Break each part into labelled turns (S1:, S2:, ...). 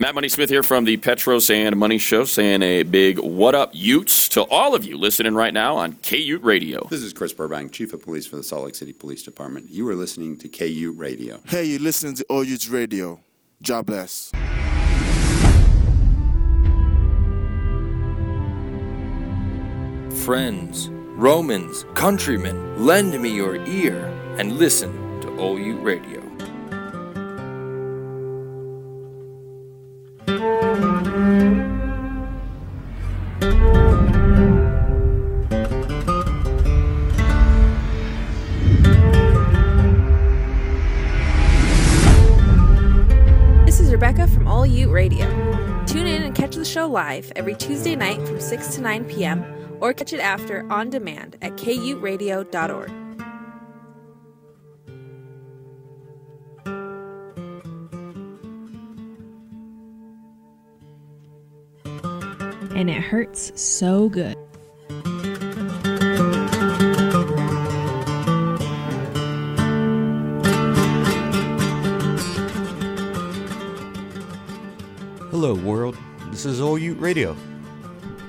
S1: Matt Money Smith here from the Petros and Money Show, saying a big what up, Utes, to all of you listening right now on KUTE Radio.
S2: This is Chris Burbank, Chief of Police for the Salt Lake City Police Department. You are listening to KU Radio.
S3: Hey, you listening to All Youth Radio. God bless.
S4: Friends, Romans, countrymen, lend me your ear and listen to OU Radio.
S5: This is Rebecca from All Ute Radio. Tune in and catch the show live every Tuesday night from 6 to 9 p.m. or catch it after on demand at kuteradio.org.
S6: and it hurts so good.
S7: Hello, world. This is All Ute Radio.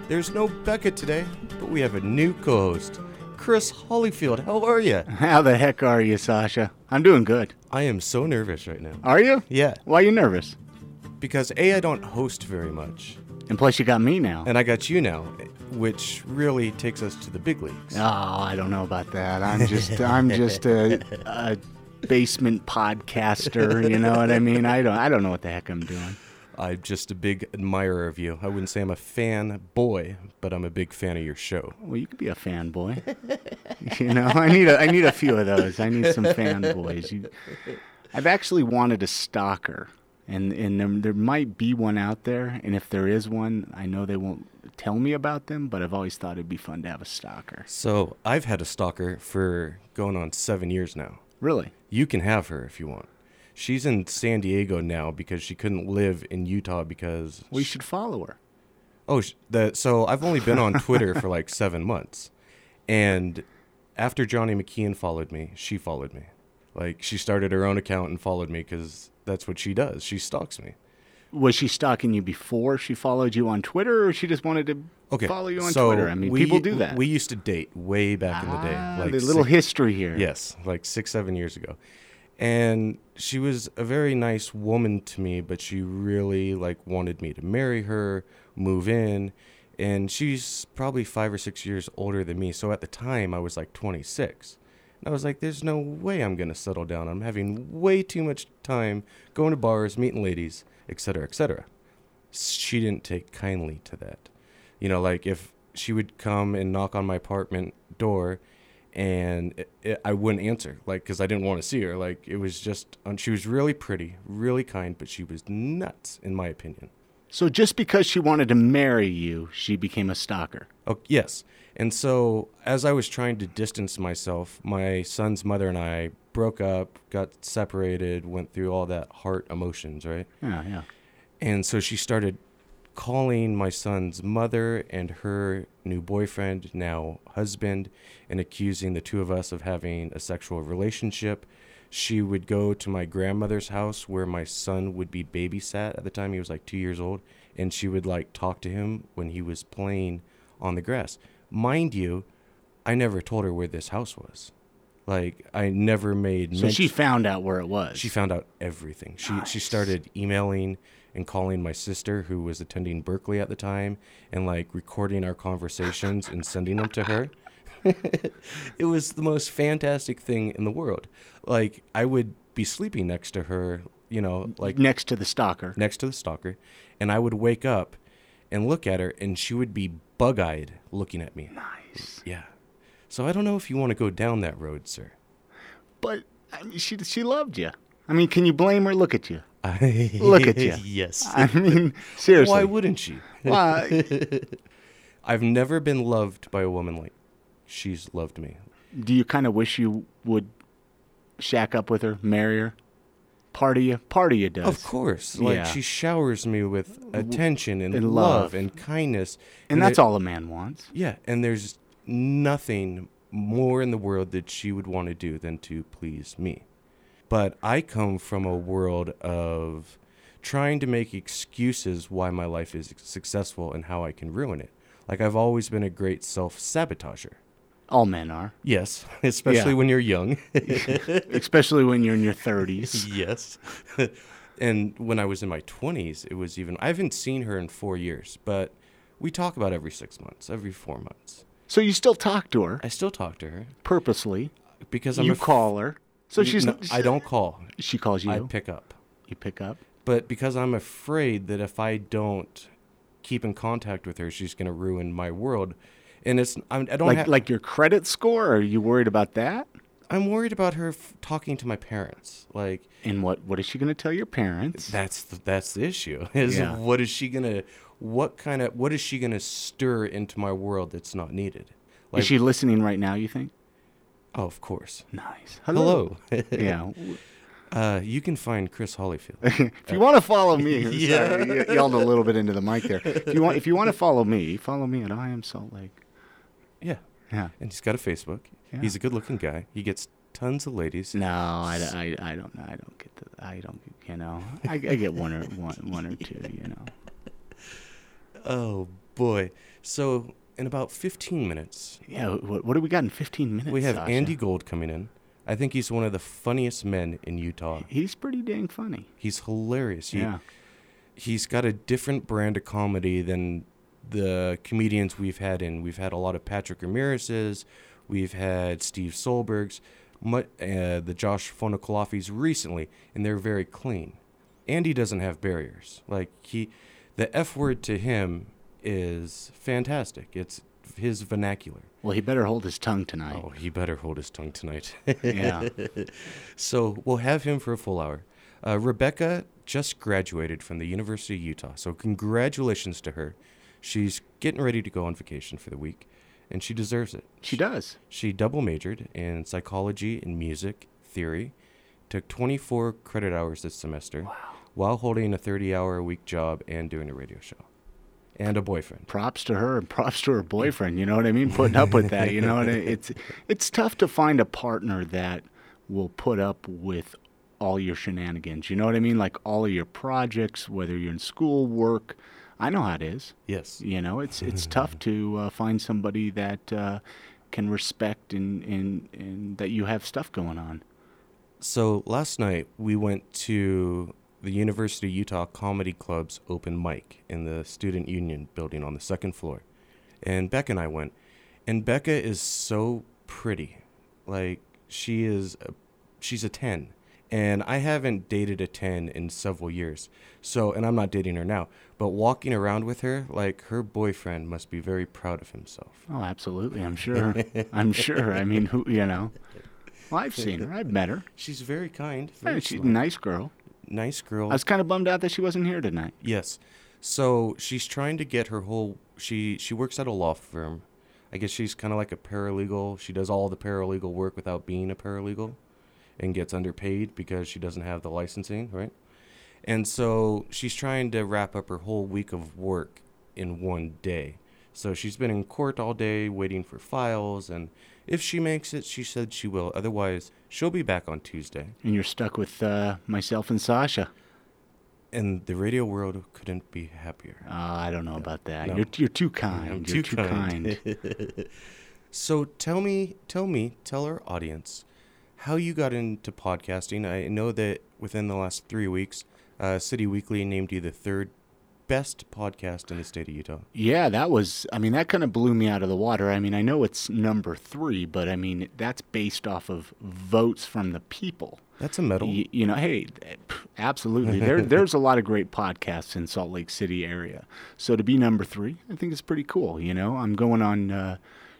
S7: There's no Becca today, but we have a new co-host, Chris Hollyfield. How are you?
S8: How the heck are you, Sasha? I'm doing good.
S7: I am so nervous right now
S8: Are you?
S7: Yeah.
S8: Why are you nervous?
S7: because a I don't host very much,
S8: And plus, you got me now.
S7: and I got you now, which really takes us to the big leagues.
S8: Oh, I don't know about that. I'm just, I'm just a, a basement podcaster. You know what I mean? I don't, I don't know what the heck I'm doing.
S7: I'm just a big admirer of you. I wouldn't say I'm a fan boy, but I'm a big fan of your show.
S8: Well, you could be a fanboy. you know, I need, a, I need a few of those. I need some fanboys. You, I've actually wanted a stalker, and and there, there might be one out there. And if there is one, I know they won't tell me about them. But I've always thought it'd be fun to have a stalker.
S7: So I've had a stalker for going on seven years now.
S8: Really.
S7: You can have her if you want. She's in San Diego now because she couldn't live in Utah because
S8: We should follow her.
S7: Oh, sh- the so I've only been on Twitter for like seven months, and after Johnny McKeon followed me, she followed me. Like she started her own account and followed me because that's what she does. She stalks me.
S8: Was she stalking you before she followed you on Twitter, or she just wanted to
S7: Okay,
S8: follow you on
S7: so
S8: Twitter? I mean,
S7: we-
S8: people do that.
S7: We used to date way back in the day,
S8: Ah,
S7: like
S8: the little
S7: six-
S8: history here.
S7: Yes, like six, seven years ago. And she was a very nice woman to me, but she really like wanted me to marry her, move in, and she's probably five or six years older than me. So at the time, I was like 26. And I was like, there's no way I'm gonna settle down. I'm having way too much time going to bars, meeting ladies, etc., etc she didn't take kindly to that. You know, like if she would come and knock on my apartment door and it, it, I wouldn't answer, like, because I didn't want to see her. Like, it was just, um, she was really pretty, really kind, but she was nuts, in my opinion.
S8: So just because she wanted to marry you, she became a stalker.
S7: Oh, yes. And so, as I was trying to distance myself, my son's mother and I broke up, got separated, went through all that heart emotions, right?
S8: Yeah, yeah.
S7: And so she started calling my son's mother and her new boyfriend, now husband, and accusing the two of us of having a sexual relationship. She would go to my grandmother's house where my son would be babysat at the time he was like two years old, and she would like talk to him when he was playing on the grass. Mind you, I never told her where this house was. Like I never made
S8: So she
S7: mention-
S8: found out where it was.
S7: she found out everything. She she started emailing and calling my sister, who was attending Berkeley at the time, and like recording our conversations and sending them to her. it was the most fantastic thing in the world. Like I would be sleeping next to her, you know, like
S8: next to the stalker.
S7: next to the stalker, and I would wake up and look at her, and she would be bug-eyed looking at me. Nice. Yeah. So I don't know if you want to go down that road, sir.
S8: But I mean, she she loved you. I mean, can you blame her? Look at you. Look at you.
S7: yes.
S8: I mean, seriously.
S7: Why wouldn't she?
S8: Why-
S7: I've never been loved by a woman like she's loved me.
S8: do you kind of wish you would shack up with her, marry her, party you, party you does?
S7: Of course. Like
S8: Yeah.
S7: she showers me with attention and,
S8: and
S7: love.
S8: love.
S7: and kindness.
S8: And that's
S7: there-
S8: all a man wants.
S7: Yeah, and there's nothing more in the world that she would want to do than to please me. But I come from a world of trying to make excuses why my life is successful and how I can ruin it. Like I've always been a great self-sabotager.
S8: All men are,
S7: Yes, especially
S8: Yeah.
S7: when you're young.
S8: especially when you're in your 30s.
S7: yes. and when I was in my 20s, it was even I haven't seen her in 4 years, but we talk about every 6 months, every 4 months.
S8: So you still talk to her
S7: I still talk to her
S8: purposely.
S7: because I'm
S8: You
S7: a f-
S8: call her. So she's.
S7: No, I don't call.
S8: She calls you.
S7: I pick up.
S8: you pick up.
S7: But because I'm afraid that if I don't keep in contact with her, she's going to ruin my world. And it's I'm, I don't
S8: Like
S7: ha-
S8: like your credit score. Are you worried about that?
S7: I'm worried about her f- talking to my parents. Like
S8: And what what is she going to tell your parents?
S7: that's the, that's the issue. Is
S8: Yeah.
S7: what is she going to what kind of what is she going to stir into my world that's not needed? Like
S8: is she listening right now? You think?
S7: oh, of course.
S8: Nice.
S7: Hello.
S8: yeah.
S7: uh, you can find Chris Hollyfield.
S8: If you want to follow me, sorry, you yelled a little bit into the mic there. If you want, if you want to follow me, follow me at I am Salt Lake.
S7: yeah.
S8: Yeah.
S7: And he's got a Facebook.
S8: Yeah.
S7: He's a good-looking guy. He gets tons of ladies.
S8: No, I, d- I- I don't know. I don't get the. I don't. You know. I, I get one or one, one or two. You know.
S7: Oh boy. So in about 15 minutes,
S8: Yeah. What, what do we got in 15 minutes?
S7: we have
S8: Sasha?
S7: Andy Gold coming in. I think he's one of the funniest men in Utah.
S8: He's pretty dang funny.
S7: He's hilarious. He,
S8: Yeah.
S7: He's got a different brand of comedy than the comedians we've had in. We've had a lot of Patrick Ramirez's, we've had Steve Solberg's, mu- uh, the Josh Fonocolafis recently, and they're very clean. Andy doesn't have barriers. Like he, the F word to him is fantastic. It's his vernacular.
S8: Well, he better hold his tongue tonight.
S7: Oh, he better hold his tongue tonight.
S8: Yeah.
S7: so we'll have him for a full hour. Uh, Rebecca just graduated from the University of Utah, so congratulations to her. She's getting ready to go on vacation for the week, and she deserves it.
S8: she does.
S7: She double majored in psychology and music theory, took 24 credit hours this semester, while holding a 30 hour a week job and doing a radio show, and a boyfriend.
S8: props to her and props to her boyfriend. You know what I mean? Putting up with that. You know what I It's it's tough to find a partner that will put up with all your shenanigans. You know what I mean? Like all of your projects, whether you're in school, work. I know how it is.
S7: Yes.
S8: You know, it's it's
S7: Mm-hmm.
S8: tough to uh, find somebody that uh, can respect and, and and that you have stuff going on.
S7: So last night we went to the University of Utah Comedy Club's open mic in the Student Union building on the second floor. And Becca and I went. And Becca is so pretty. Like she is a, she's a 10. And I haven't dated a 10 in several years. So and I'm not dating her now, but walking around with her like her boyfriend must be very proud of himself.
S8: Oh, absolutely. I'm sure. I'm sure. I mean, who you know? Well, I've seen her. I've met her.
S7: She's very kind, very
S8: Yeah, She's a
S7: polite,
S8: nice girl.
S7: nice girl.
S8: I was kind of bummed out that she wasn't here tonight.
S7: Yes. So she's trying to get her whole she she works at a law firm. I guess she's kind of like a paralegal. She does all the paralegal work without being a paralegal and gets underpaid because she doesn't have the licensing, right? And so she's trying to wrap up her whole week of work in one day. So she's been in court all day waiting for files and if she makes it, she said she will. Otherwise, she'll be back on Tuesday.
S8: And you're stuck with uh, myself and Sasha.
S7: And the radio world couldn't be happier.
S8: Uh, I don't know about that.
S7: No.
S8: You're, you're too kind.
S7: I'm too
S8: you're too
S7: kind.
S8: kind.
S7: So tell me, tell me, tell our audience how you got into podcasting. I know that within the last three weeks, uh, City Weekly named you the third best podcast in the state of Utah.
S8: yeah, that was, I mean, that kind of blew me out of the water. I mean, I know it's number three, but I mean, that's based off of votes from the people.
S7: That's a medal.
S8: Y- you know, hey, th- pff, absolutely. There, there's a lot of great podcasts in Salt Lake City area. So to be number three, I think it's pretty cool. You know, I'm going on uh,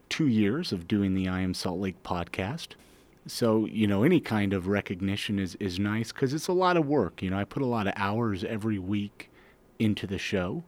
S8: two years of doing the I Am Salt Lake podcast. So you know, any kind of recognition is is nice because it's a lot of work. You know, I put a lot of hours every week into the show,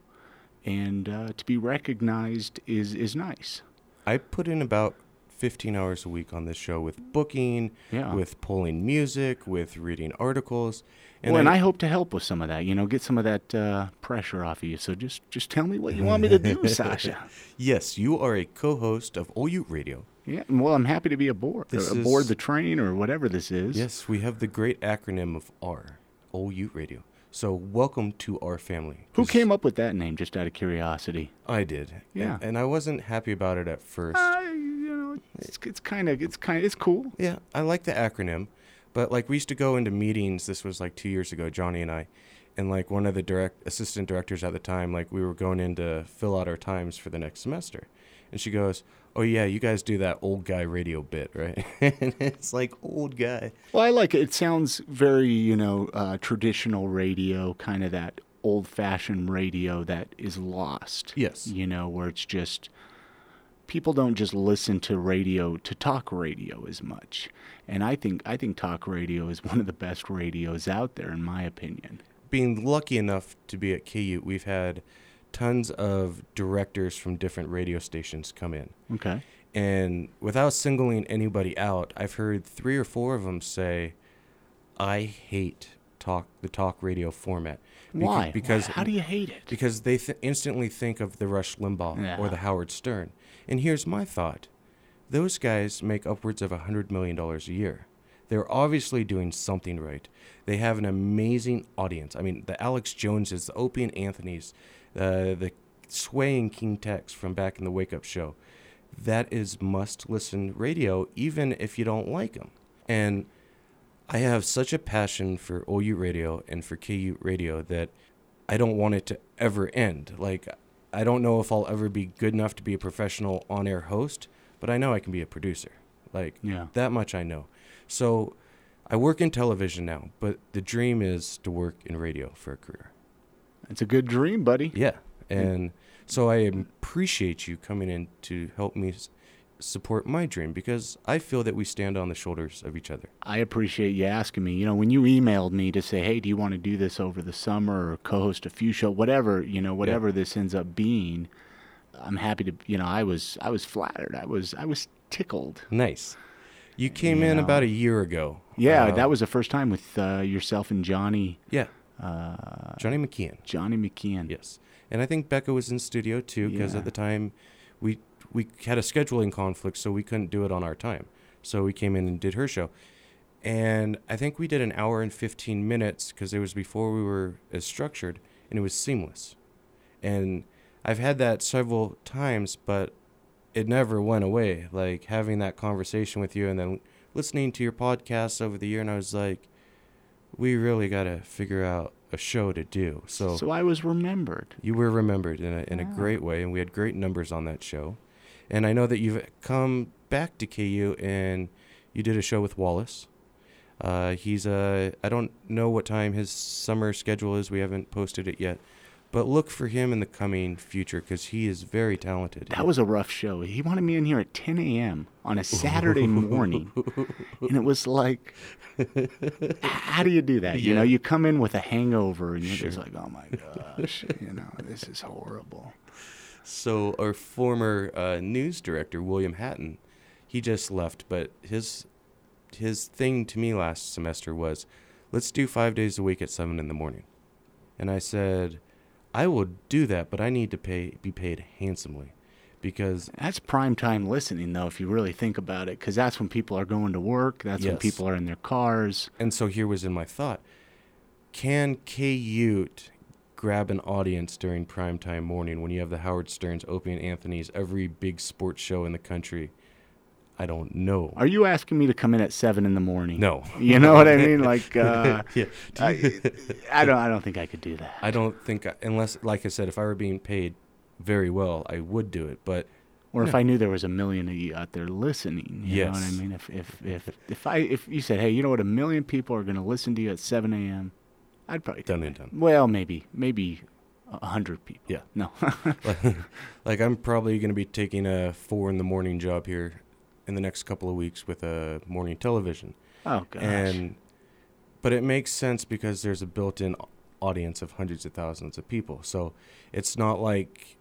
S8: and uh, to be recognized is is nice.
S7: I put in about 15 hours a week on this show with booking,
S8: Yeah.
S7: with pulling music, with reading articles.
S8: well, and I hope to help with some of that. You know, get some of that uh, pressure off of you. So just just tell me what you want me to do, Sasha.
S7: yes, you are a co-host of OU Radio.
S8: Yeah, well, I'm happy to be aboard,
S7: This
S8: uh, aboard
S7: is-
S8: the train or whatever this is.
S7: Yes, we have the great acronym of R, OU Radio. So welcome to our family.
S8: Who
S7: 'Cause
S8: came up with that name? Just out of curiosity.
S7: I did.
S8: Yeah.
S7: And, and I wasn't happy about it at first.
S8: Uh, you know, it's it's kind of it's kind of it's cool.
S7: Yeah, I like the acronym, but like we used to go into meetings. This was like two years ago, Johnny and I, and like one of the direct assistant directors at the time, like we were going in to fill out our times for the next semester, and she goes, "Oh yeah, you guys do that old guy radio bit, right?" and it's like old guy.
S8: Well, I like it. It sounds very you know uh, traditional radio, kind of that old-fashioned radio that is lost.
S7: Yes.
S8: You know where it's just people don't just listen to radio to talk radio as much. And I think I think talk radio is one of the best radios out there, in my opinion.
S7: Being lucky enough to be at KU, we've had tons of directors from different radio stations come in.
S8: Okay.
S7: And without singling anybody out, I've heard three or four of them say, "I hate talk the talk radio format." Beca-
S8: Why?
S7: Because
S8: how do you hate it?
S7: Because they th- instantly think of the Rush Limbaugh or
S8: Yeah.
S7: the Howard Stern. And here's my thought: those guys make upwards of hundred million dollars a year. They're obviously doing something right. They have an amazing audience. I mean, the Alex Joneses, the Opie and Anthony's, uh, the swaying King Tex from back in the Wake Up Show. That is must listen radio, even if you don't like them. And I have such a passion for OU radio and for KU radio that I don't want it to ever end. Like, I don't know if I'll ever be good enough to be a professional on air host, but I know I can be a producer. Like,
S8: Yeah.
S7: that much I know. So I work in television now, but the dream is to work in radio for a career.
S8: It's a good dream, buddy.
S7: Yeah. And so I appreciate you coming in to help me s- support my dream because I feel that we stand on the shoulders of each other.
S8: I appreciate you asking me. You know, when you emailed me to say, "Hey, do you want to do this over the summer or co-host a few show, whatever you know, whatever this ends up being," I'm happy to. You know, I was I was flattered. I was I was tickled.
S7: Nice. You came in
S8: Yeah.
S7: about a year ago.
S8: Yeah,
S7: Uh,
S8: that was the first time with uh, yourself and Johnny
S7: yeah.
S8: Uh,
S7: Johnny McKeon.
S8: Johnny McKeon.
S7: Yes, and I think Becca was in studio too because
S8: Yeah.
S7: at the time we we had a scheduling conflict, so we couldn't do it on our time. So we came in and did her show, and I think we did an hour and fifteen minutes because it was before we were as structured, and it was seamless. And I've had that several times, but it never went away. Like having that conversation with you, and then listening to your podcast over the year, and I was like, we really got to figure out a show to do.
S8: So I was remembered.
S7: You were remembered in a, in a great way, and we had great numbers on that show. And I know that you've come back to KU and you did a show with Wallace. Uh, he's a, I don't know what time his summer schedule is. We haven't posted it yet. But look for him in the coming future because he is very talented.
S8: That was a rough show. He wanted me in here at 10 a.m. on a Saturday morning. and it was like, how do you do that? You know, you come in with a hangover and you're just like, oh my gosh, you know, this is horrible.
S7: So our former uh, news director William Hatton, he just left, but his his thing to me last semester was, let's do five days a week at seven in the morning, and I said, I will do that, but I need to pay be paid handsomely, because
S8: That's prime time listening, though, if you really think about it, because that's when people are going to work. That's when
S7: Yes.
S8: people are in their cars.
S7: and so here was in my thought, can K-Ute grab an audience during primetime morning when you have the Howard Stearns, Opie and Anthony's, every big sports show in the country? I don't know.
S8: Are you asking me to come in at seven in the morning?
S7: No.
S8: You know what I mean? Like, uh,
S7: Yeah.
S8: I, I don't. I don't think I could do that.
S7: I don't think I, unless, like I said, if I were being paid very well, I would do it. But
S8: or if I knew there was a million of you out there listening. You know what I
S7: Yes.
S8: mean? If if if if I if you said, hey, you know what, a million people are going to listen to you at 7 a.m., I'd probably
S7: done and done.
S8: Well, maybe maybe a hundred people.
S7: Yeah.
S8: No.
S7: Like I'm probably going to be taking a four in the morning job here in the next couple of weeks with a morning television,
S8: oh gosh.
S7: and but it makes sense because there's a built-in audience of hundreds of thousands of people. So it's not like,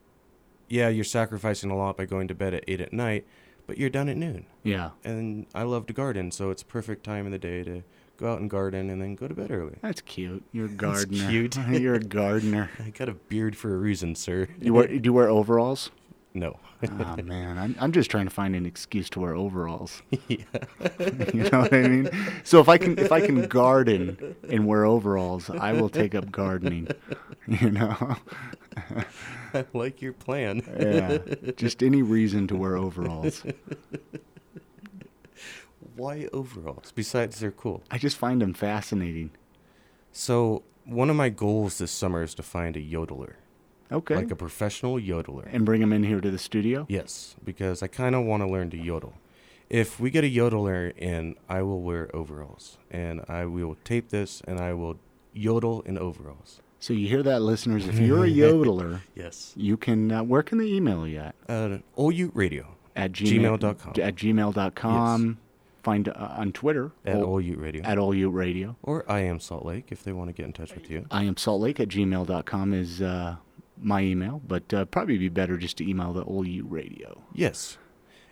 S7: yeah, you're sacrificing a lot by going to bed at eight at night, but you're done at noon.
S8: yeah.
S7: And I love to garden, so it's perfect time of the day to go out and garden and then go to bed early.
S8: That's cute. You're a gardener.
S7: cute.
S8: You're a gardener.
S7: I got a beard for a reason, sir.
S8: You wear do you wear overalls?
S7: No.
S8: oh man, I'm, I'm just trying to find an excuse to wear overalls. you know what I mean? So if I can if I can garden and wear overalls, I will take up gardening. You know,
S7: I like your plan.
S8: yeah, just any reason to wear overalls.
S7: Why overalls? Besides, they're cool.
S8: I just find them fascinating.
S7: So, one of my goals this summer is to find a yodeler,
S8: Okay,
S7: like a professional yodeler.
S8: and bring them in here to the studio.
S7: Yes, because I kind of want to learn to yodel. If we get a yodeler in, I will wear overalls and I will tape this and I will yodel in overalls.
S8: So you hear that, listeners? If you're a yodeler,
S7: Yes.
S8: you can. Uh, where can they email you at?
S7: Uh, OU Radio.
S8: At
S7: Gmail.com.
S8: At gmail.com. Find uh, on Twitter
S7: At
S8: or-
S7: OU Radio.
S8: at all you radio.
S7: or I am Salt Lake if they want to get in touch with you.
S8: I am salt lake at gmail.com is uh, my email, but uh, probably be better just to email the OU radio.
S7: Yes.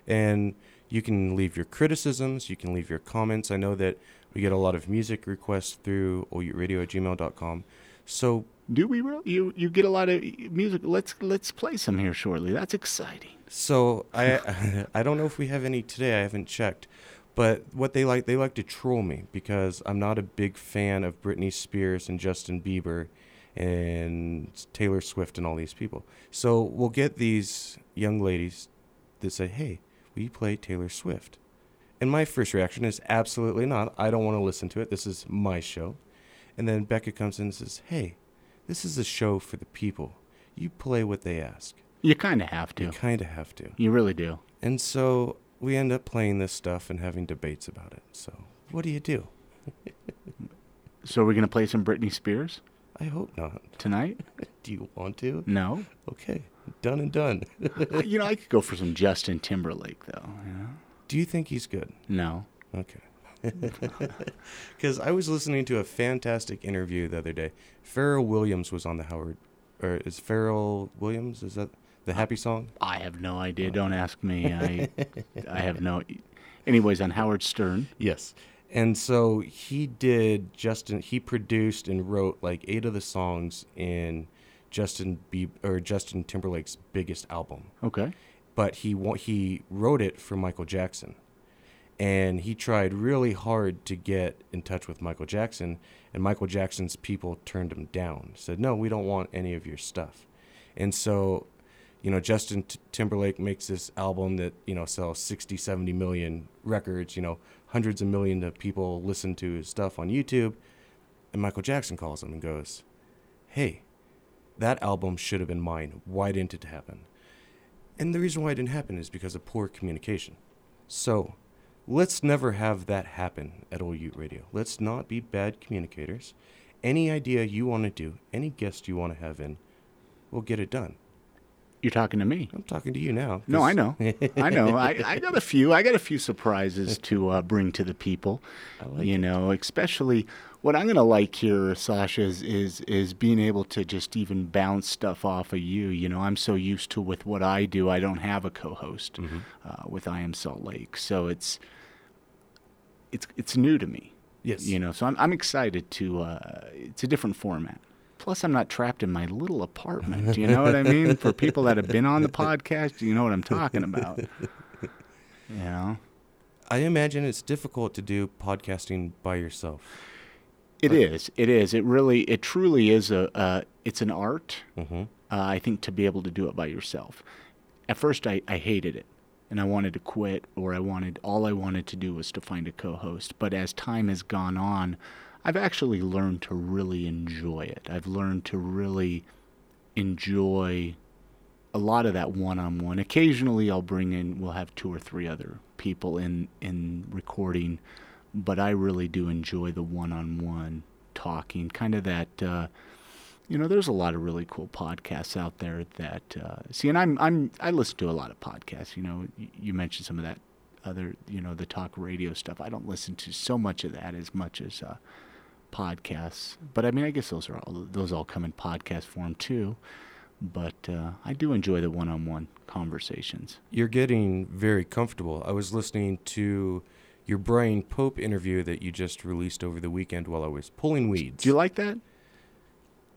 S7: And you can leave your criticisms, you can leave your comments. I know that we get a lot of music requests through OURadio at gmail.com. So
S8: Do we really? You you get a lot of music. Let's let's play some here shortly. That's exciting.
S7: So I I don't know if we have any today. I haven't checked. But what they like they like to troll me because I'm not a big fan of Britney Spears and Justin Bieber and Taylor Swift and all these people. So we'll get these young ladies that say, "Hey, will you play Taylor Swift?" And my first reaction is absolutely not. I don't want to listen to it. This is my show. And then Becca comes in and says, "Hey, this is a show for the people. You play what they ask."
S8: You kind of have to.
S7: You kind of have to.
S8: You really do.
S7: And so we end up playing this stuff and having debates about it. So what do you do?
S8: So we're gonna play some Britney Spears
S7: I hope not.
S8: tonight.
S7: Do you want to?
S8: No,
S7: Okay, done and done.
S8: you know I could go for some Justin Timberlake though. you know?
S7: do you think he's good?
S8: No,
S7: Okay. Because I was listening to a fantastic interview the other day. Pharrell Williams was on the Howard, or is Pharrell Williams? Is that the happy song?
S8: I have no idea. Don't ask me. I I have no. e-, Anyways, on Howard Stern.
S7: Yes. And so he did Justin. He produced and wrote like eight of the songs in Justin Bieber or Justin Timberlake's biggest album.
S8: Okay.
S7: but he wa- he wrote it for Michael Jackson, and he tried really hard to get in touch with Michael Jackson, and Michael Jackson's people turned him down. Said no, we don't want any of your stuff, and so, you know, Justin T- Timberlake makes this album that you know sells 60, 70 million records. You know, hundreds of millions of people listen to his stuff on YouTube, and Michael Jackson calls him and goes, "Hey." That album should have been mine. Why didn't it happen? And the reason why it didn't happen is because of poor communication. So, let's never have that happen at OU Radio. Let's not be bad communicators. Any idea you want to do, any guest you want to have in, we'll get it done.
S8: You're talking to me.
S7: I'm talking to you now.
S8: No, I
S7: 'cause-
S8: know. I know. I, I got a few. I got a few surprises to uh, bring to the people. you know, especially what I'm going to like here, Sasha, is, is is being able to just even bounce stuff off of you. You know, I'm so used to with what I do, I don't have a co-host uh, with I Am Salt Lake, so it's it's it's new to me.
S7: Yes.
S8: You know, so I'm I'm excited to. Uh, it's a different format. Plus, I'm not trapped in my little apartment. You know what I mean? For people that have been on the podcast, you know what I'm talking about. You know,
S7: I imagine it's difficult to do podcasting by yourself.
S8: it is. It is. It really. It truly is a. Uh, it's an art. Uh, I think to be able to do it by yourself. At first, I, I hated it, and I wanted to quit, or I wanted all I wanted to do was to find a co-host. But as time has gone on, I've actually learned to really enjoy it. I've learned to really enjoy a lot of that one-on-one. Occasionally, I'll bring in. We'll have two or three other people in in recording, but I really do enjoy the one-on-one talking. Kind of that. Uh, you know, there's a lot of really cool podcasts out there that uh, see, and I'm I'm I listen to a lot of podcasts. You know, Y- you mentioned some of that other, you know, the talk radio stuff. I don't listen to so much of that as much as uh, podcasts, but I mean, I guess those are all those all come in podcast form too. But uh, I do enjoy the one-on-one conversations.
S7: You're getting very comfortable. I was listening to your Brian Pope interview that you just released over the weekend while I was pulling weeds.
S8: Do you like that?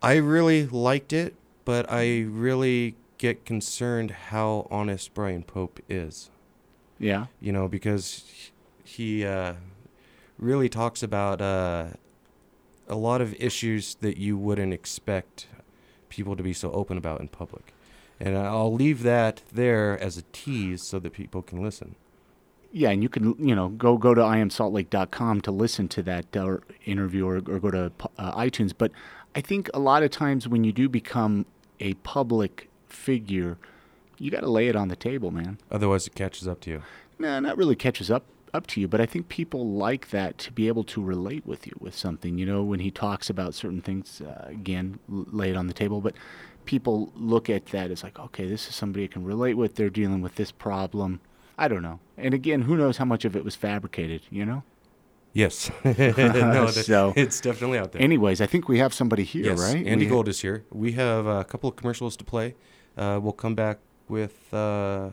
S7: I really liked it, but I really get concerned how honest Brian Pope is
S8: Yeah.
S7: you know, because he uh, really talks about uh, a lot of issues that you wouldn't expect people to be so open about in public. And I'll leave that there as a tease so that people can listen.
S8: Yeah, and you can you know go go to iamsaltlake.com to listen to that uh, interview or, or go to uh, iTunes. But I think a lot of times when you do become a public figure, you got to lay it on the table, man.
S7: Otherwise, it catches up to you.
S8: No, not really catches up up to you, but I think people like that to be able to relate with you with something. You know, when he talks about certain things, uh, again, l- lay it on the table, but people look at that as like, okay, this is somebody I can relate with. They're dealing with this problem. I don't know. And again, who knows how much of it was fabricated, you know?
S7: Yes. no, that-
S8: So-
S7: it's definitely out there.
S8: Anyways, I think we have somebody here,
S7: yes,
S8: right?
S7: Andy
S8: We-
S7: Gold is here. We have a couple of commercials to play. Uh, we'll come back with uh,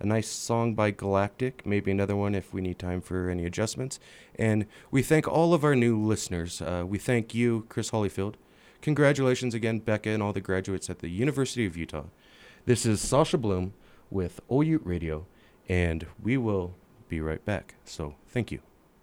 S7: a nice song by Galactic, maybe another one if we need time for any adjustments. And we thank all of our new listeners. Uh, we thank you, Chris Hollyfield. Congratulations again, Becca, and all the graduates at the University of Utah. This is Sasha Bloom with OU Radio, and we will be right back. So thank you.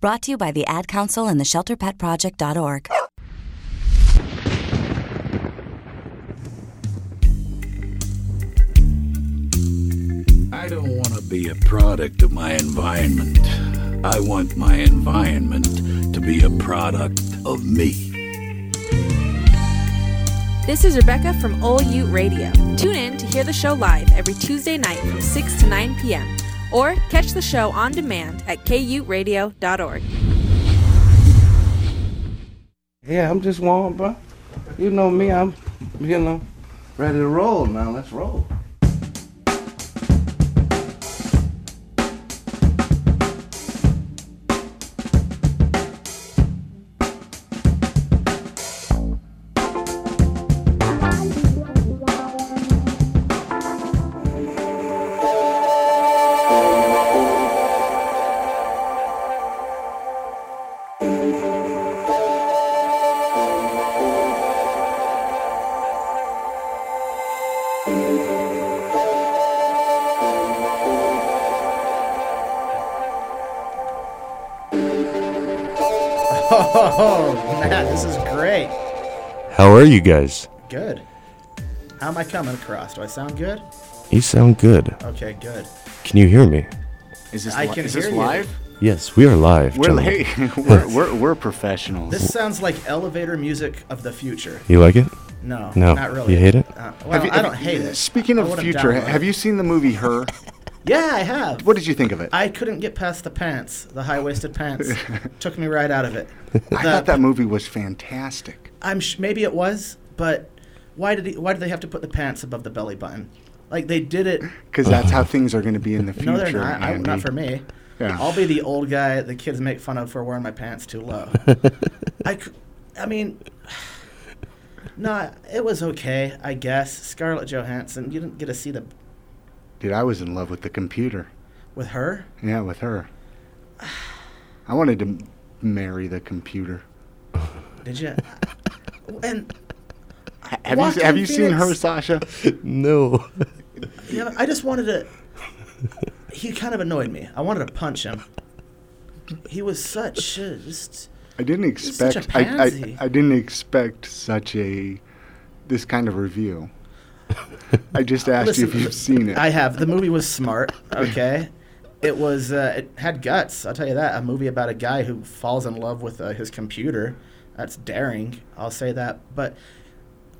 S9: Brought to you by the Ad Council and the ShelterPetProject.org.
S10: I don't want to be a product of my environment. I want my environment to be a product of me.
S5: This is Rebecca from All Ute Radio. Tune in to hear the show live every Tuesday night from 6 to 9 p.m. or catch the show on demand at kuradio.org.
S11: Yeah, I'm just warm, bro. You know me, I'm, you know, ready to roll now. Let's roll.
S12: Oh, Matt, this is great.
S7: How are you guys?
S12: Good. How am I coming across? Do I sound good?
S7: You sound good.
S12: Okay, good.
S7: Can you hear me?
S8: Is this,
S12: I
S8: li-
S12: can
S8: is this
S12: hear you.
S8: live?
S7: Yes, we are live.
S8: We're, li- we're, we're, we're professionals.
S12: This sounds like elevator music of the future.
S7: You like it?
S12: No,
S7: No.
S12: not really.
S7: You hate it?
S12: Uh, well, I don't hate it.
S8: Speaking
S12: I
S8: of
S12: wouldn't
S8: future,
S12: download
S8: have
S12: it.
S8: you seen the movie Her?
S12: Yeah, I have.
S8: What did you think of it?
S12: I couldn't get past the pants, the high-waisted pants. Took me right out of it.
S8: I thought that movie was fantastic.
S12: I'm sh- maybe it was, but why did he, why did they have to put the pants above the belly button? Like they did it.
S8: Because that's how things are going to be in the future.
S12: No, they're not. I,
S8: Andy.
S12: not for me.
S8: Yeah.
S12: I'll be the old guy the kids make fun of for wearing my pants too low. I, c- I mean, no, it was okay, I guess. Scarlett Johansson, you didn't get to see the
S8: Dude, I was in love with the computer.
S12: with her.
S8: Yeah, with her. I wanted to m- marry the computer.
S12: Did you? And
S8: Ha- Have you, have you seen her, Sasha?
S7: No.
S12: Yeah, I just wanted to. He kind of annoyed me. I wanted to punch him. He was such a just.
S8: I didn't
S12: He's such
S8: expect.
S12: a
S8: I,
S12: pansy.
S8: I, I didn't expect such a this kind of review. I just asked you if
S12: Listen,
S8: you've seen it.
S12: I have. The movie was smart. Okay, it was. Uh, it had guts. I'll tell you that. A movie about a guy who falls in love with uh, his computer. That's daring. I'll say that. But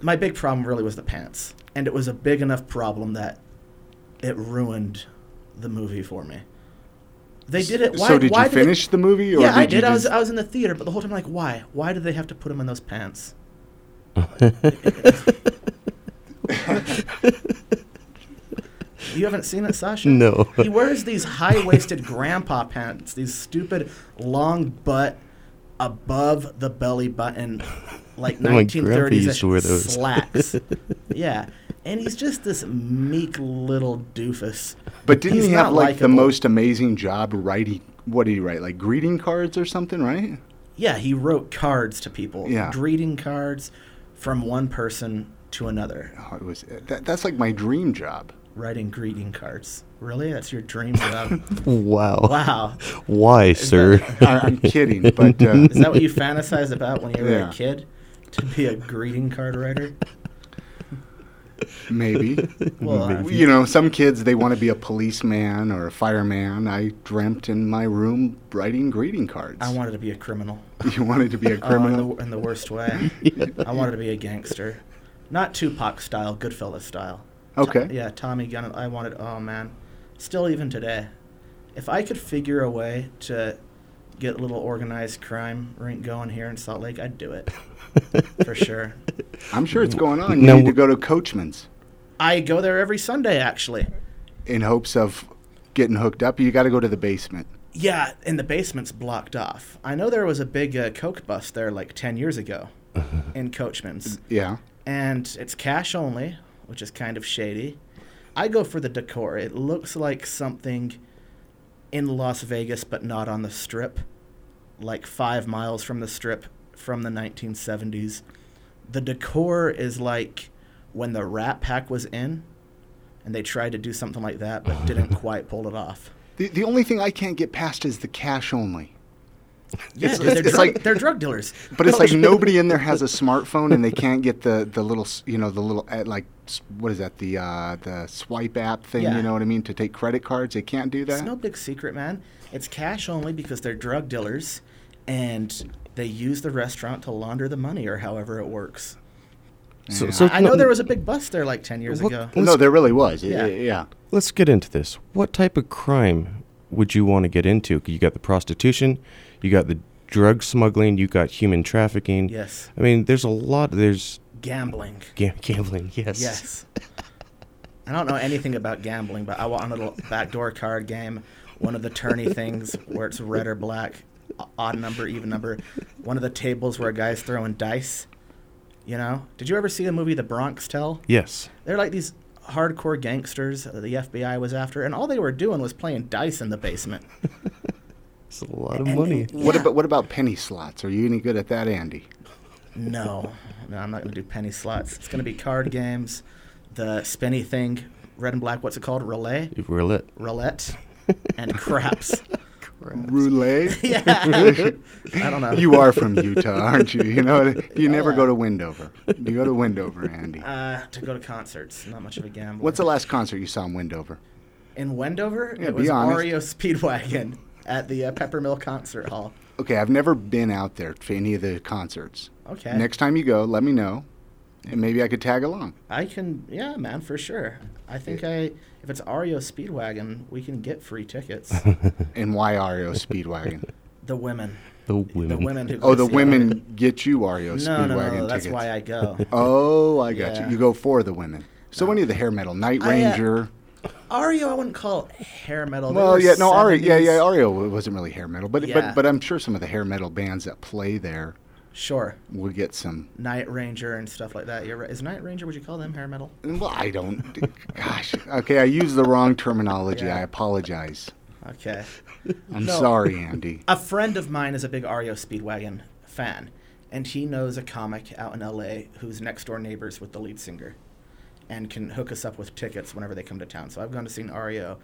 S12: my big problem really was the pants, and it was a big enough problem that it ruined the movie for me. They did it. Why,
S8: so did
S12: why
S8: you
S12: they-
S8: finish the movie? Or
S12: yeah,
S8: did
S12: I
S8: You
S12: did. I was
S8: just-
S12: I was in the theater, but the whole time like, why? Why did they have to put him in those pants? You haven't seen it, Sasha?
S7: No.
S12: He wears these high waisted grandpa pants, these stupid long butt above the belly button, like
S7: My grandpa
S12: 1930s
S7: used to wear those.
S12: slacks. yeah. And he's just this meek little doofus.
S8: But didn't
S12: He's
S8: he have
S12: not
S8: like the
S12: likable.
S8: most amazing job writing? What did he write? Like greeting cards or something, right?
S12: Yeah, he wrote cards to people.
S8: Yeah.
S12: Greeting cards from one person to another.
S8: Oh, it was that, that's like my dream job.
S12: Writing greeting cards. Really? That's your dream job.
S7: Wow.
S12: Wow.
S7: Why, sir?
S8: I- I'm kidding, but, uh,
S12: Is that what you fantasized about when you were
S8: Yeah.
S12: a kid? To be a greeting card writer?
S8: Maybe.
S7: Mm-hmm.
S12: Well, I-
S8: You know, some kids they want to be a policeman or a fireman. I dreamt in my room writing greeting cards.
S12: I wanted to be a criminal.
S8: You wanted to be a
S12: Oh, in the-
S8: criminal?
S12: in, the, worst way. I wanted to be a gangster. Not Tupac style, Goodfellas style. To-
S8: Okay.
S12: yeah, Tommy Gunn. I wanted, oh man. Still, even today, if I could figure a way to get a little organized crime rink going here in Salt Lake, I'd do it. For sure.
S8: I'm sure it's going on. You
S7: Now-
S8: need to go to Coachman's
S12: I go there every Sunday, actually.
S8: in hopes of getting hooked up. You got to go to the basement.
S12: Yeah, and the basement's blocked off. I know there was a big uh, Coke bust there like 10 years ago in Coachman's.
S8: Yeah.
S12: And it's cash only, which is kind of shady. I go for the decor. It looks like something in Las Vegas, but not on the strip, like five miles from the strip from the 1970s. The decor is like when the Rat Pack was in, and they tried to do something like that, but didn't quite pull it off.
S8: The, the only thing I can't get past is the cash only.
S12: Yeah,
S8: It's-
S12: dude, they're,
S8: it's
S12: drug,
S8: like-
S12: they're drug dealers. Oh,
S8: But it's like nobody in there has a smartphone, and they can't get the the little s- you know the little uh, like s- what is that the uh, the swipe app thing?
S12: Yeah.
S8: You know what I mean? To take credit cards, they can't do
S12: It's
S8: that.
S12: no big secret, man. It's cash only because they're drug dealers, and they use the restaurant to launder the money or however it works.
S7: So- so
S12: I I know
S7: no-
S12: there was a big bust there like ten years ago.
S8: no, there really was.
S12: Yeah.
S8: Yeah. yeah.
S7: Let's get into this. What type of crime would you want to get into? You got the prostitution, you got the drug smuggling, you got human trafficking.
S12: Yes.
S7: I mean, there's a lot. There's
S12: Gambling.
S7: gam- gambling. Yes.
S12: Yes. I don't know anything about gambling, but I want a little backdoor card game, one of the tourney things where it's red or black, o- odd number, even number, one of the tables where a guy's throwing dice. You know? Did you ever see the movie The Bronx Tale?
S7: Yes.
S12: They're like these hardcore gangsters that the FBI was after, and all they were doing was playing dice in the basement.
S7: It's a lot of
S12: And-
S7: money.
S12: and-
S8: What
S12: Yeah.
S8: about what about penny slots? Are you any good at that, Andy?
S12: No, no, I'm not going to do penny slots. It's going to be card games, the spinny thing, red and black, what's it called? Relay?
S7: If we're lit.
S12: Roulette, and craps.
S8: Roulette.
S12: yeah. I don't know.
S8: You are from Utah, aren't you? You know you never go to Windover. You go to Windover, Andy.
S12: Uh, to go to concerts. Not much of a gambler.
S8: What's the last concert you saw in Windover?
S12: In Wendover,
S8: Yeah,
S12: it
S8: be
S12: was
S8: honest.
S12: Mario Speedwagon at the uh, Peppermill Concert Hall.
S8: Okay, I've never been out there to any of the concerts.
S12: Okay.
S8: Next time you go, let me know, and maybe I could tag along.
S12: I can, yeah, man, for sure. I think I, if it's Ario Speedwagon, we can get free tickets.
S8: And why Ario Speedwagon?
S12: the women,
S7: The
S12: the
S7: women.
S12: women who.
S8: oh,
S12: go
S8: the
S12: see Ario.
S8: women get you Ario
S12: No,
S8: Speedwagon
S12: no, no, no, that's
S8: tickets.
S12: why I go.
S8: Oh, I got
S12: Yeah.
S8: you. You go for the women. So any of the hair metal, Night
S12: I, uh,
S8: Ranger.
S12: Ario, I wouldn't call it hair metal. They
S8: well,
S12: were
S8: yeah, no, Ario, yeah,
S12: 70s.
S8: yeah, Ario wasn't really hair metal, but
S12: Yeah.
S8: but but I'm sure some of the hair metal bands that play there
S12: Sure,
S8: will get some.
S12: Night Ranger and stuff like that. You're right. Is Night Ranger? Would you call them hair metal?
S8: Well, I don't. Gosh, okay, I used the wrong terminology. I apologize.
S12: Okay.
S8: I'm
S12: No.
S8: sorry, Andy.
S12: A friend of mine is a big Ario Speedwagon fan, and he knows a comic out in LA who's next door neighbors with the lead singer and can hook us up with tickets whenever they come to town. So I've gone to see an Ario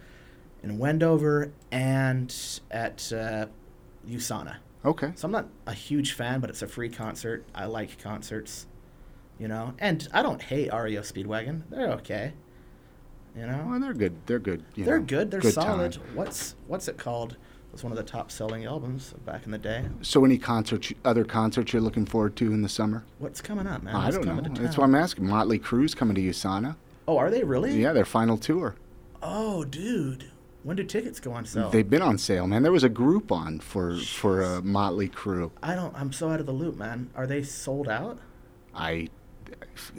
S12: in Wendover and at uh, USANA.
S8: Okay.
S12: So I'm not a huge fan, but it's a free concert. I like concerts, you know? And I don't hate Ario Speedwagon. They're okay. You know?
S8: Well, Oh, they're good. They're good. You
S12: They're
S8: know,
S12: good. They're
S8: time.
S12: solid. What's what's it called? It was one of the top selling albums back in the day.
S8: So, any concerts, other concerts you're looking forward to in the summer?
S12: What's coming up, man?
S8: I
S12: What's
S8: don't know.
S12: Oh, coming to
S8: That's
S12: town?
S8: why I'm asking. Motley Crue's coming to USANA.
S12: Oh, are they really?
S8: Yeah, their final tour.
S12: Oh, dude. When do tickets go on sale?
S8: They've been on sale, man. There was a group on for for uh, Motley Crue.
S12: I don't. I'm so out of the loop, man. Are they sold out?
S8: I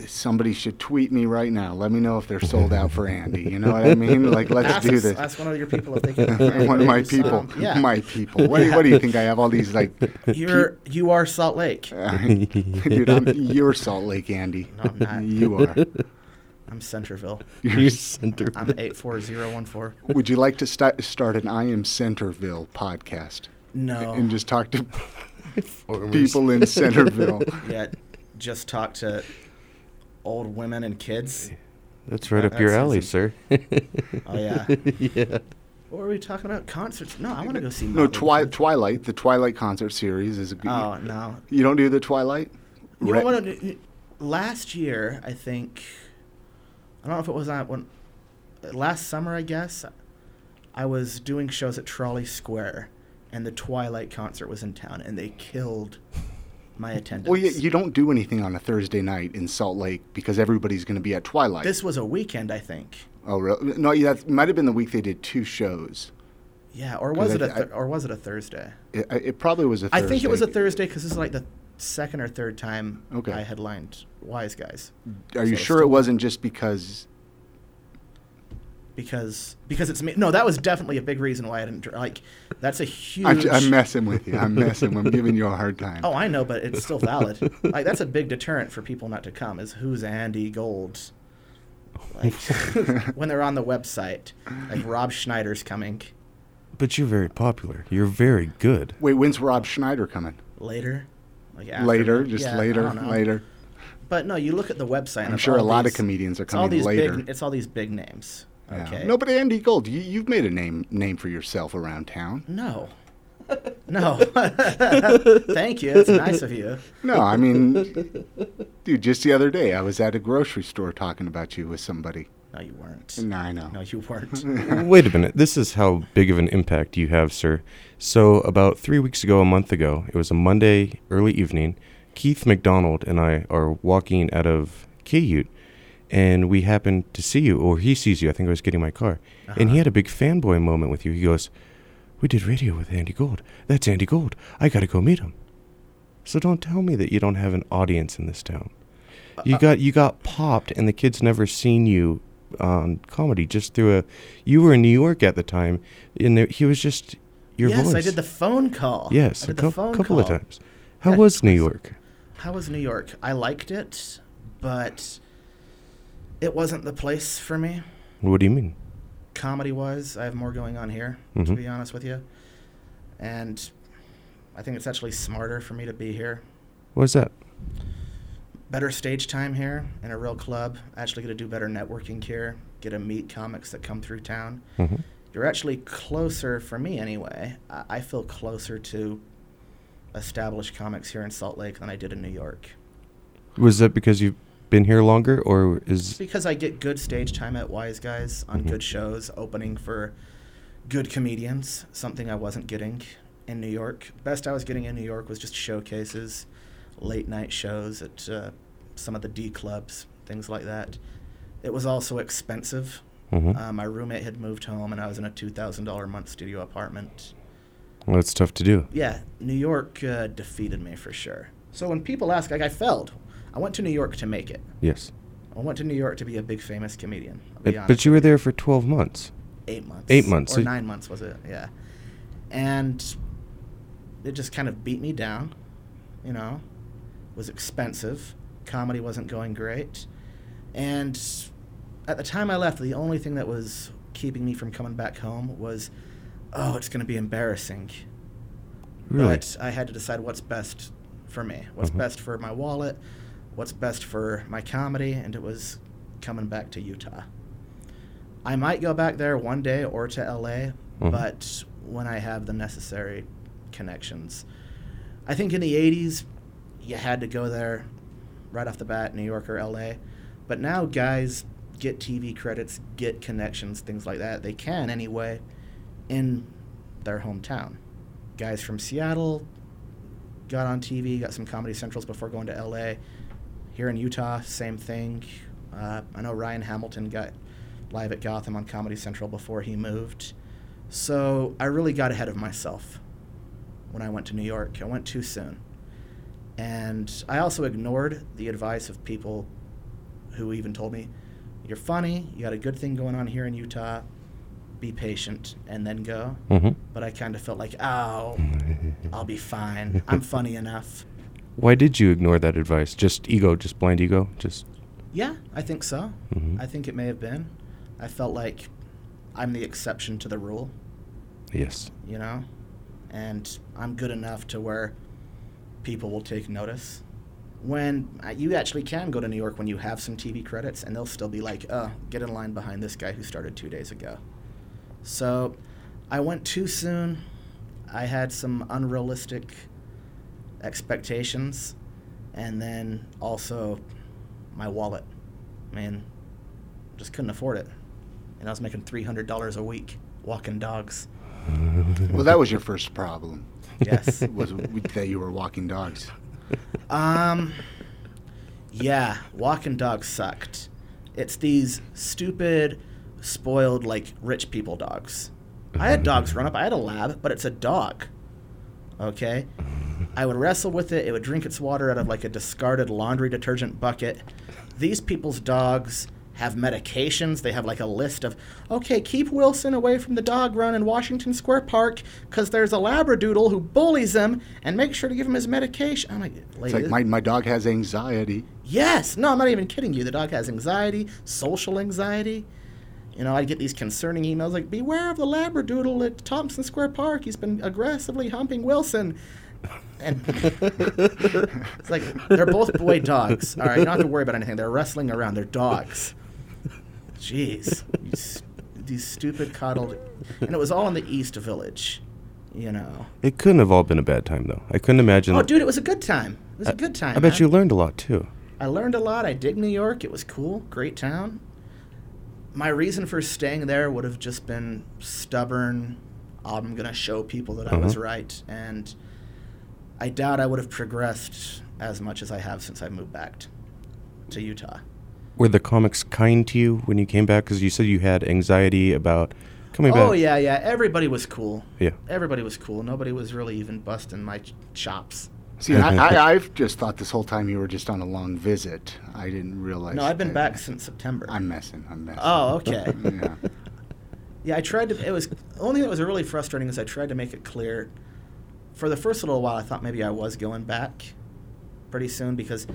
S8: somebody should tweet me right now. Let me know if they're sold out for Andy. You know what I mean? Like, let's
S12: Ask
S8: do
S12: us-
S8: this.
S12: ask one of your people if they can-
S8: one of my
S12: maybe some.
S8: people.
S12: Yeah.
S8: My people. What, do you- what do you think? I have all these like.
S12: You're you are Salt Lake.
S8: Dude, I'm, you're Salt Lake, Andy.
S12: I'm not.
S8: You are.
S12: I'm Centerville.
S8: You're Centerville.
S12: I'm eight four zero one four.
S8: Would you like to st- start an I Am Centerville podcast?
S12: No.
S8: And just talk to people in Centerville.
S12: yeah, just talk to old women and kids.
S7: That's right
S12: That-
S7: up your
S12: that
S7: alley,
S12: sounds-
S7: sir.
S12: Oh yeah.
S7: yeah.
S12: What were we talking about? Concerts? No, I want to go see.
S8: No,
S12: Motley.
S8: Twi- Twilight. The Twilight concert series is a good.
S12: Oh, no.
S8: You don't do the Twilight?
S12: You
S8: Re-
S12: know what? I- Last year, I think, I don't know if it was on when, last summer, I guess, I was doing shows at Trolley Square, and the Twilight concert was in town, and they killed my attendance.
S8: Well, you, you don't do anything on a Thursday night in Salt Lake because everybody's going to be at Twilight.
S12: This was a weekend, I think.
S8: oh, really? No, yeah, that might have been the week they did two shows.
S12: Yeah, or
S8: 'Cause
S12: was it
S8: I-
S12: a th- or was it a Thursday?
S8: It, it probably was a
S12: I
S8: Thursday.
S12: think it was a Thursday because this is like the second or third time
S8: Okay.
S12: I headlined Wise Guys.
S8: Are you
S12: So it's
S8: sure
S12: still-
S8: it wasn't just because?
S12: because because it's me. No, that was definitely a big reason why I didn't dr- like. That's a huge.
S8: I'm, j- I'm messing with you. I'm messing. I'm giving you a hard time.
S12: Oh, I know, but it's still valid. like that's a big deterrent for people not to come. Is who's Andy Gold? Like when they're on the website, like Rob Schneider's coming
S7: But you're very popular. You're very good.
S8: Wait, when's Rob Schneider coming?
S12: later. Like after-
S8: Later, just
S12: yeah, I
S8: later,
S12: don't know.
S8: later.
S12: But no, you look at the website.
S8: I'm
S12: and it's
S8: sure a
S12: all
S8: lot of
S12: these-
S8: comedians are
S12: it's all
S8: coming
S12: these
S8: later.
S12: Big, it's all these big names.
S8: Yeah.
S12: Okay.
S8: No, but Andy Gold, you, you've made a name name for yourself around town.
S12: No. No. Thank you. It's nice of you.
S8: No, I mean, dude, just the other day I was at a grocery store talking about you with somebody.
S12: No, you weren't.
S8: No, I know.
S12: No, you weren't.
S7: Wait a minute. This is how big of an impact you have, sir. So, about three weeks ago, a month ago, it was a Monday early evening. Keith McDonald and I are walking out of Cayute, and we happen to see you, or he sees you. I think I was getting my car. And
S12: Uh-huh.
S7: he had a big fanboy moment with you. He goes, We did radio with Andy Gold. That's Andy Gold. I got to go meet him. So, don't tell me that you don't have an audience in this town.
S12: Uh,
S7: You got you got popped, and the kids never seen you on comedy. Just through a, you were in New York at the time, and there, he was just your
S12: yes,
S7: voice.
S12: I did the phone call.
S7: Yes,
S12: I
S7: a
S12: did the
S7: cou-
S12: phone
S7: couple of
S12: call.
S7: times. How was New York?
S12: How was New York? I liked it, but it wasn't the place for me.
S7: What do you mean?
S12: Comedy wise, I have more going on here, to
S7: Mhm.
S12: be honest with you. And I think it's actually smarter for me to be here.
S7: What was that?
S12: Better stage time here in a real club. Actually, get to do better networking here, get to meet comics that come through town.
S7: Mhm.
S12: You're actually closer, for me anyway, I, I feel closer to established comics here in Salt Lake than I did in New York.
S7: Was that because you've been here longer, or is
S12: because I get good stage time at Wise Guys on
S7: Mhm.
S12: good shows, opening for good comedians, something I wasn't getting in New York. Best I was getting in New York was just showcases, late night shows at uh, some of the D clubs, things like that. It was also expensive.
S7: Mhm.
S12: Uh, my roommate had moved home, and I was in a two thousand dollar a month studio apartment.
S7: well, it's tough to do?
S12: Yeah, New York uh, defeated me for sure. So when people ask, like, I failed. I went to New York to make it.
S7: Yes,
S12: I went to New York to be a big famous comedian. I'll
S7: But-
S12: be honest
S7: but you were there for twelve months.
S12: eight months.
S7: Eight months.
S12: Or
S7: so-
S12: nine months, was it? Yeah. And it just kind of beat me down, you know. It was expensive. Comedy wasn't going great. And at the time I left, the only thing that was keeping me from coming back home was, oh, it's going to be embarrassing.
S7: Really?
S12: But I had to decide what's best for me, what's
S7: Mhm.
S12: best for my wallet, what's best for my comedy, and it was coming back to Utah. I might go back there one day or to LA,
S7: Mhm.
S12: but when I have the necessary connections. I think in the 80s, you had to go there right off the bat, New York or LA. But now guys get TV credits, get connections, things like that. They can anyway in their hometown. Guys from Seattle got on TV, got some Comedy Centrals before going to LA. Here in Utah, same thing. Uh, I know Ryan Hamilton got live at Gotham on Comedy Central before he moved. So I really got ahead of myself when I went to New York. I went too soon. And I also ignored the advice of people who even told me, You're funny, you got a good thing going on here in Utah, be patient, and then go.
S7: Mhm.
S12: But I kind of felt like, Oh, I'll be fine. I'm funny enough.
S7: Why did you ignore that advice? Just ego, just blind ego, just
S12: Yeah, I think so.
S7: Mhm.
S12: I think it may have been. I felt like I'm the exception to the rule.
S7: yes.
S12: you know? And I'm good enough to where people will take notice. When uh, you actually can go to New York when you have some TV credits, and they'll still be like, uh, get in line behind this guy who started two days ago. So I went too soon. I had some unrealistic expectations, and then also my wallet. Man, just couldn't afford it. And I was making $300 a week walking dogs.
S8: Well, that was your first problem.
S12: Yes.
S8: was that you were walking dogs.
S12: Um, yeah, walking dogs sucked. It's these stupid, spoiled, like rich people dogs. I had dogs run up. I had a lab, but it's a dog. Okay. I would wrestle with it. It would drink its water out of like a discarded laundry detergent bucket. These people's dogs have medications. They have like a list of, okay, keep Wilson away from the dog run in Washington Square Park because there's a Labradoodle who bullies him and make sure to give him his medication. I'm like,
S8: It's
S12: lady,
S8: like my, my dog has anxiety.
S12: Yes. No, I'm not even kidding you. The dog has anxiety, social anxiety. You know, I get these concerning emails like, beware of the Labradoodle at Thompson Square Park. He's been aggressively humping Wilson. And it's like, they're both boy dogs. All right, you don't have to worry about anything. They're wrestling around. They're dogs. Jeez. These, these stupid coddled. And it was all in the East Village, you know.
S7: It couldn't have all been a bad time though. I couldn't imagine.
S12: Oh, dude, it was a good time. It was a good time.
S7: I bet
S12: man.
S7: you learned a lot too.
S12: I learned a lot. I dig New York. It was cool. Great town. My reason for staying there would have just been stubborn. "Oh, I'm going to show people that I was
S7: Uh-huh.
S12: right. And I doubt I would have progressed as much as I have since I moved back t- to Utah.
S7: Were the comics kind to you when you came back? Because you said you had anxiety about coming back.
S12: Oh, yeah, yeah. Everybody was cool.
S7: Yeah.
S12: Everybody was cool. Nobody was really even busting my ch- chops.
S8: See, I, I, I've just thought this whole time you were just on a long visit. I didn't realize.
S12: No, I've been
S8: that-
S12: back since September.
S8: I'm messing. I'm messing.
S12: Oh, okay.
S8: yeah.
S12: Yeah, I tried to. It was the only thing that was really frustrating is I tried to make it clear. For the first little while, I thought maybe I was going back pretty soon because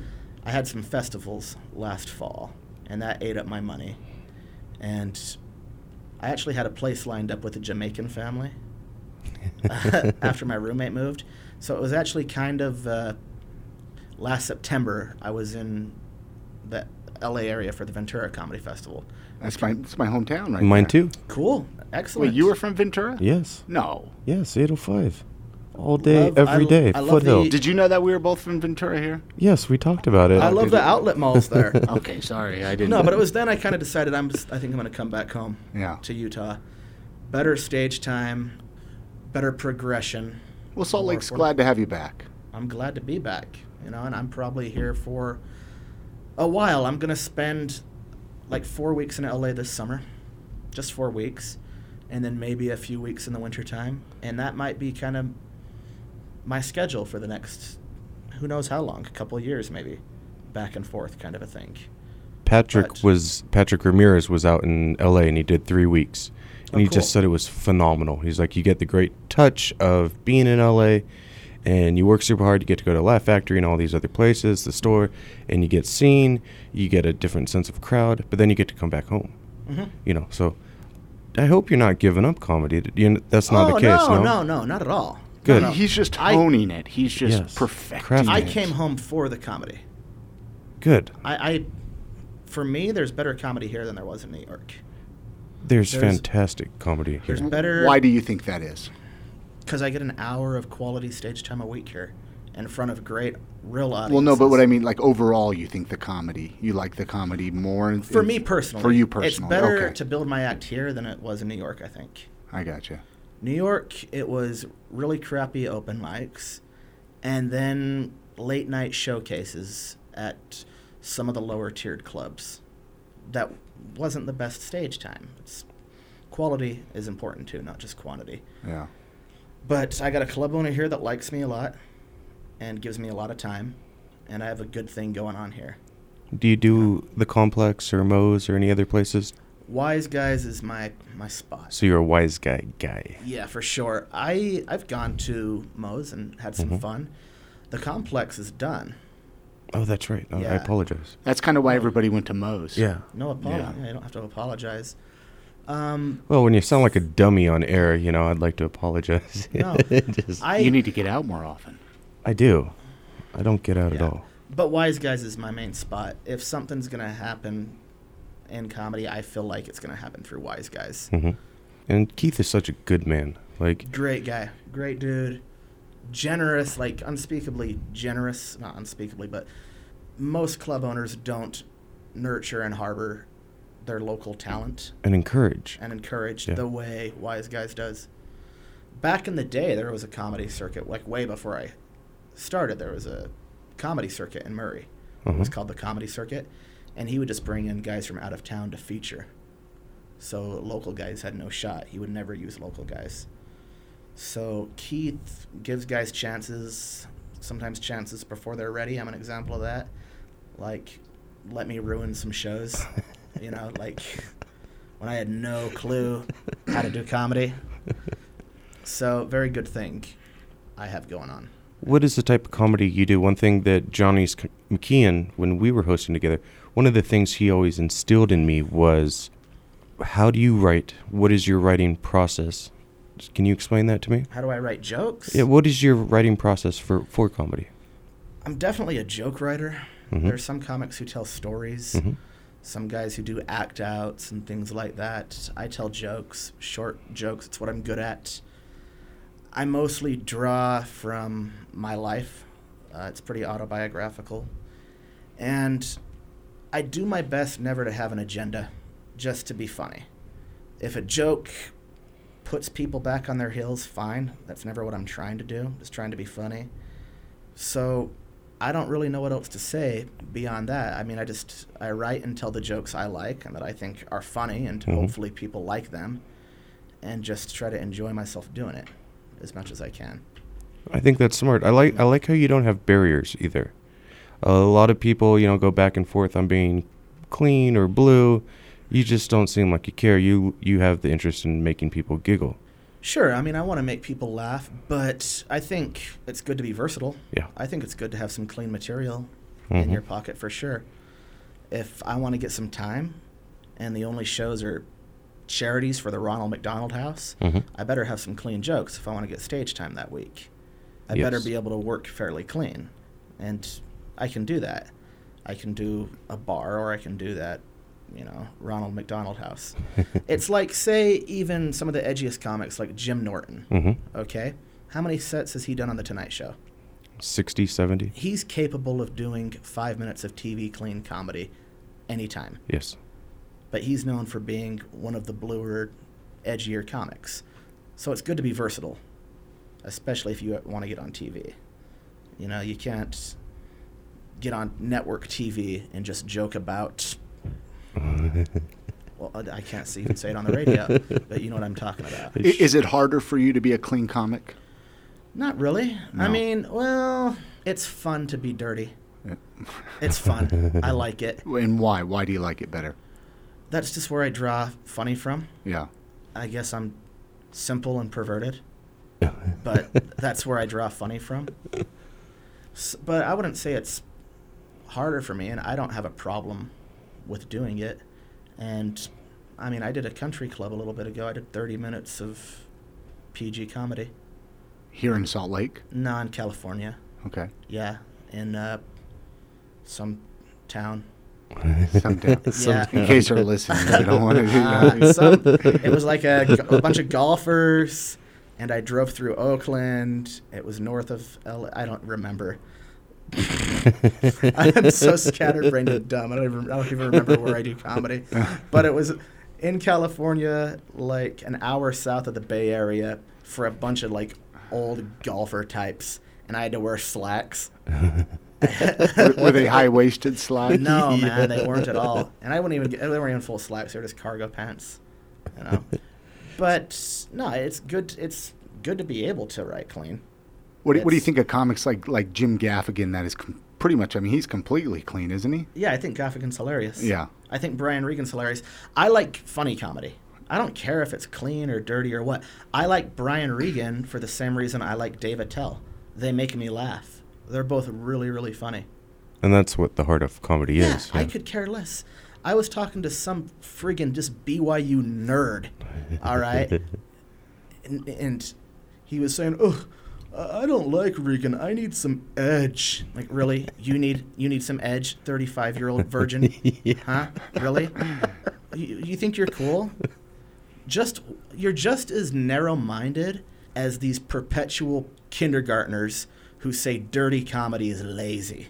S12: I had some festivals last fall, and that ate up my money. And I actually had a place lined up with a Jamaican family after my roommate moved. So it was actually kind of uh, last September. I was in the LA area for the Ventura Comedy Festival.
S8: That's my that's my hometown right
S7: Mine
S8: there.
S7: too.
S12: Cool, excellent.
S8: Wait, you were from Ventura?
S7: Yes.
S8: No.
S7: Yes, 805. All day,
S12: Love-
S7: every
S12: I-
S7: day.
S12: I love
S7: Foothill.
S12: the-
S8: Did you know that we were both from Ventura here?
S7: yes, we talked about it.
S12: I love the outlet malls there.
S8: Okay, sorry, I didn't.
S12: no, but it was then I kind of decided I'm. Just, I think I'm going to come back home.
S8: Yeah.
S12: To Utah, better stage time, better progression.
S8: Well, Salt
S12: more
S8: Lake's
S12: affordable.
S8: glad to have you back.
S12: I'm glad to be back. You know, and I'm probably here for a while. I'm going to spend like four weeks in LA this summer, just four weeks, and then maybe a few weeks in the wintertime. And that might be kind of my schedule for the next who knows how long, a couple of years maybe, back and forth kind of a thing.
S7: Patrick
S12: but-
S7: was Patrick Ramirez was out in LA and he did 3 weeks. And
S12: Oh,
S7: he
S12: cool.
S7: just said it was phenomenal. He's like you get the great touch of being in LA and you work super hard, you get to go to Laugh Factory and all these other places, the store, and you get seen, you get a different sense of crowd, but then you get to come back home.
S12: Mhm.
S7: You know, so I hope you're not giving up comedy. You know, That's not
S12: oh,
S7: the case,
S12: no, no, no, not at all.
S7: Good.
S12: No, no.
S8: He's just
S12: I-
S8: honing it. He's just
S7: Yes.
S8: perfecting
S7: Crafting
S12: I
S8: it.
S7: it.
S12: came home for the comedy.
S7: Good.
S12: I, I, for me, there's better comedy here than there was in New York.
S7: There's,
S12: There's-
S7: fantastic comedy here.
S12: There's better
S8: Why do you think that is?
S12: because I get an hour of quality stage time a week here, in front of great, real audiences.
S8: Well, no, but what I mean, like overall, you think the comedy, you like the comedy more. in-
S12: for
S8: in-
S12: me personally,
S8: For you
S12: it's
S8: personally,
S12: better
S8: okay.
S12: to build my act here than it was in New York. I think.
S8: I gotcha.
S12: New York, it was really crappy open mics, and then late night showcases at some of the lower tiered clubs. That wasn't the best stage time. It's, quality is important too, not just quantity.
S8: Yeah.
S12: But I got a club owner here that likes me a lot. and gives me a lot of time, and I have a good thing going on here.
S7: Do you do the complex or Moe's or any other places?
S12: Wise Guys is my my spot.
S7: So you're a wise guy guy.
S12: Yeah, for sure. I I've gone to Moe's and had some
S7: Mhm.
S12: fun. The complex is done.
S7: Oh, that's right. Oh, I
S12: Yeah.
S7: apologize.
S8: That's kind of why everybody went to Moe's.
S7: Yeah.
S12: No
S8: Yeah.
S12: apology. I don't have to apologize. Um,
S7: Well, when you sound like a dummy on air, you know, I'd like to apologize.
S12: No,
S7: Just-
S12: I- You need
S8: to get out more often.
S7: I do. I don't get out at all.
S12: but Wise Guys is my main spot. If something's gonna happen in comedy, I feel like it's gonna happen through Wise Guys.
S7: hmm And Keith is such a good man. Like,
S12: Great guy, great dude, generous, like unspeakably generous. Not unspeakably, but most club owners don't nurture and harbor their local talent.
S7: and encourage.
S12: and encouraged
S7: Yeah.
S12: the way Wise Guys does. Back in the day, there was a comedy circuit, like way before I started, there was a comedy circuit in Murray. It was
S7: Mhm.
S12: called the Comedy Circuit, and he would just bring in guys from out of town to feature. So local guys had no shot. He would never use local guys. So Keith gives guys chances, sometimes chances before they're ready. I'm an example of that. Like, let me ruin some shows. you know, like when I had no clue how to do comedy. So very good thing I have going on.
S7: What is the type of comedy you do? One thing that Johnny's C- McKeon, when we were hosting together, one of the things he always instilled in me was, "How do you write? What is your writing process? Can you explain that to me?
S12: How do I write jokes?
S7: Yeah, what is your writing process for for comedy?
S12: I'm definitely a joke writer.
S7: Mhm.
S12: There's some comics who tell stories,
S7: Mhm.
S12: some guys who do act outs and things like that. I tell jokes, short jokes. It's what I'm good at. I mostly draw from my life. Uh, it's pretty autobiographical, and I do my best never to have an agenda, just to be funny. If a joke puts people back on their heels, fine. That's never what I'm trying to do. Just trying to be funny. So I don't really know what else to say beyond that. I mean, I just I write and tell the jokes I like and that I think are funny and
S7: Mhm.
S12: hopefully people like them and just try to enjoy myself doing it as much as I can.
S7: I think that's smart. I like I like how you don't have barriers either. A lot of people, you know, go back and forth on being clean or blue. You just don't seem like you care. You you have the interest in making people giggle.
S12: Sure, I mean, I want to make people laugh, but I think it's good to be versatile.
S7: Yeah.
S12: I think it's good to have some clean material in
S7: Mhm.
S12: your pocket for sure. If I want to get some time and the only shows are charities for the Ronald McDonald House,
S7: Mhm.
S12: I better have some clean jokes if I want to get stage time that week. I better
S7: Yes.
S12: be able to work fairly clean. And I can do that. I can do a bar or I can do that, you know, Ronald McDonald House. it's like, say, even some of the edgiest comics like Jim Norton.
S7: Mhm.
S12: Okay. How many sets has he done on The Tonight Show?
S7: 60, 70?
S12: He's capable of doing five minutes of TV clean comedy anytime.
S7: Yes.
S12: But he's known for being one of the bluer, edgier comics. So it's good to be versatile, especially if you want to get on TV. You know, you can't get on network TV and just joke about. Well, I I can't see you say it on the radio, but you know what I'm talking about.
S8: I- Is it harder for you to be a clean comic?
S12: Not really. I
S8: No.
S12: mean, well, it's fun to be dirty. It's fun. I like it.
S8: And why? Why do you like it better?
S12: That's just where I draw funny from.
S8: Yeah.
S12: I guess I'm simple and perverted, but that's where I draw funny from. S but I wouldn't say it's harder for me, and I don't have a problem with doing it. And I mean, I did a country club a little bit ago. I did 30 minutes of PG comedy.
S8: Here in Salt Lake?
S12: No, in California.
S8: Okay.
S12: Yeah, in uh, some town.
S8: Someday.
S12: Yeah.
S8: In case they're listening, they don't want
S12: Uh,
S8: to.
S12: some- it was like a, g- a bunch of golfers, and I drove through Oakland. It was north of L. I don't remember. I'm so scatterbrained and dumb. I don't, even, I don't even remember where I do comedy. But it was in California, like an hour south of the Bay Area, for a bunch of like old golfer types, and I had to wear slacks.
S8: were, were they high waisted slides?
S12: No, man, they weren't at all. And I wouldn't even get, they weren't even full slacks. They were just cargo pants, you know. but no, it's good. It's good to be able to write clean.
S8: What, do- what do you think of comics like like Jim Gaffigan? That is com- pretty much. I mean, he's completely clean, isn't he?
S12: Yeah, I think Gaffigan's hilarious.
S8: Yeah.
S12: I think Brian Regan's hilarious. I like funny comedy. I don't care if it's clean or dirty or what. I like Brian Regan for the same reason I like Dave Attell. They make me laugh. They're both really, really funny.
S7: And that's what the heart of comedy is.
S12: I could care less. I was talking to some friggin' just BYU nerd, all right? and, and he was saying, "Ugh, I I don't like Regan. I need some edge." Like, really? You need you need some edge, thirty-five-year-old virgin? Huh? Really? you, you think you're cool? Just you're just as narrow-minded as these perpetual kindergartners who say dirty comedy is lazy.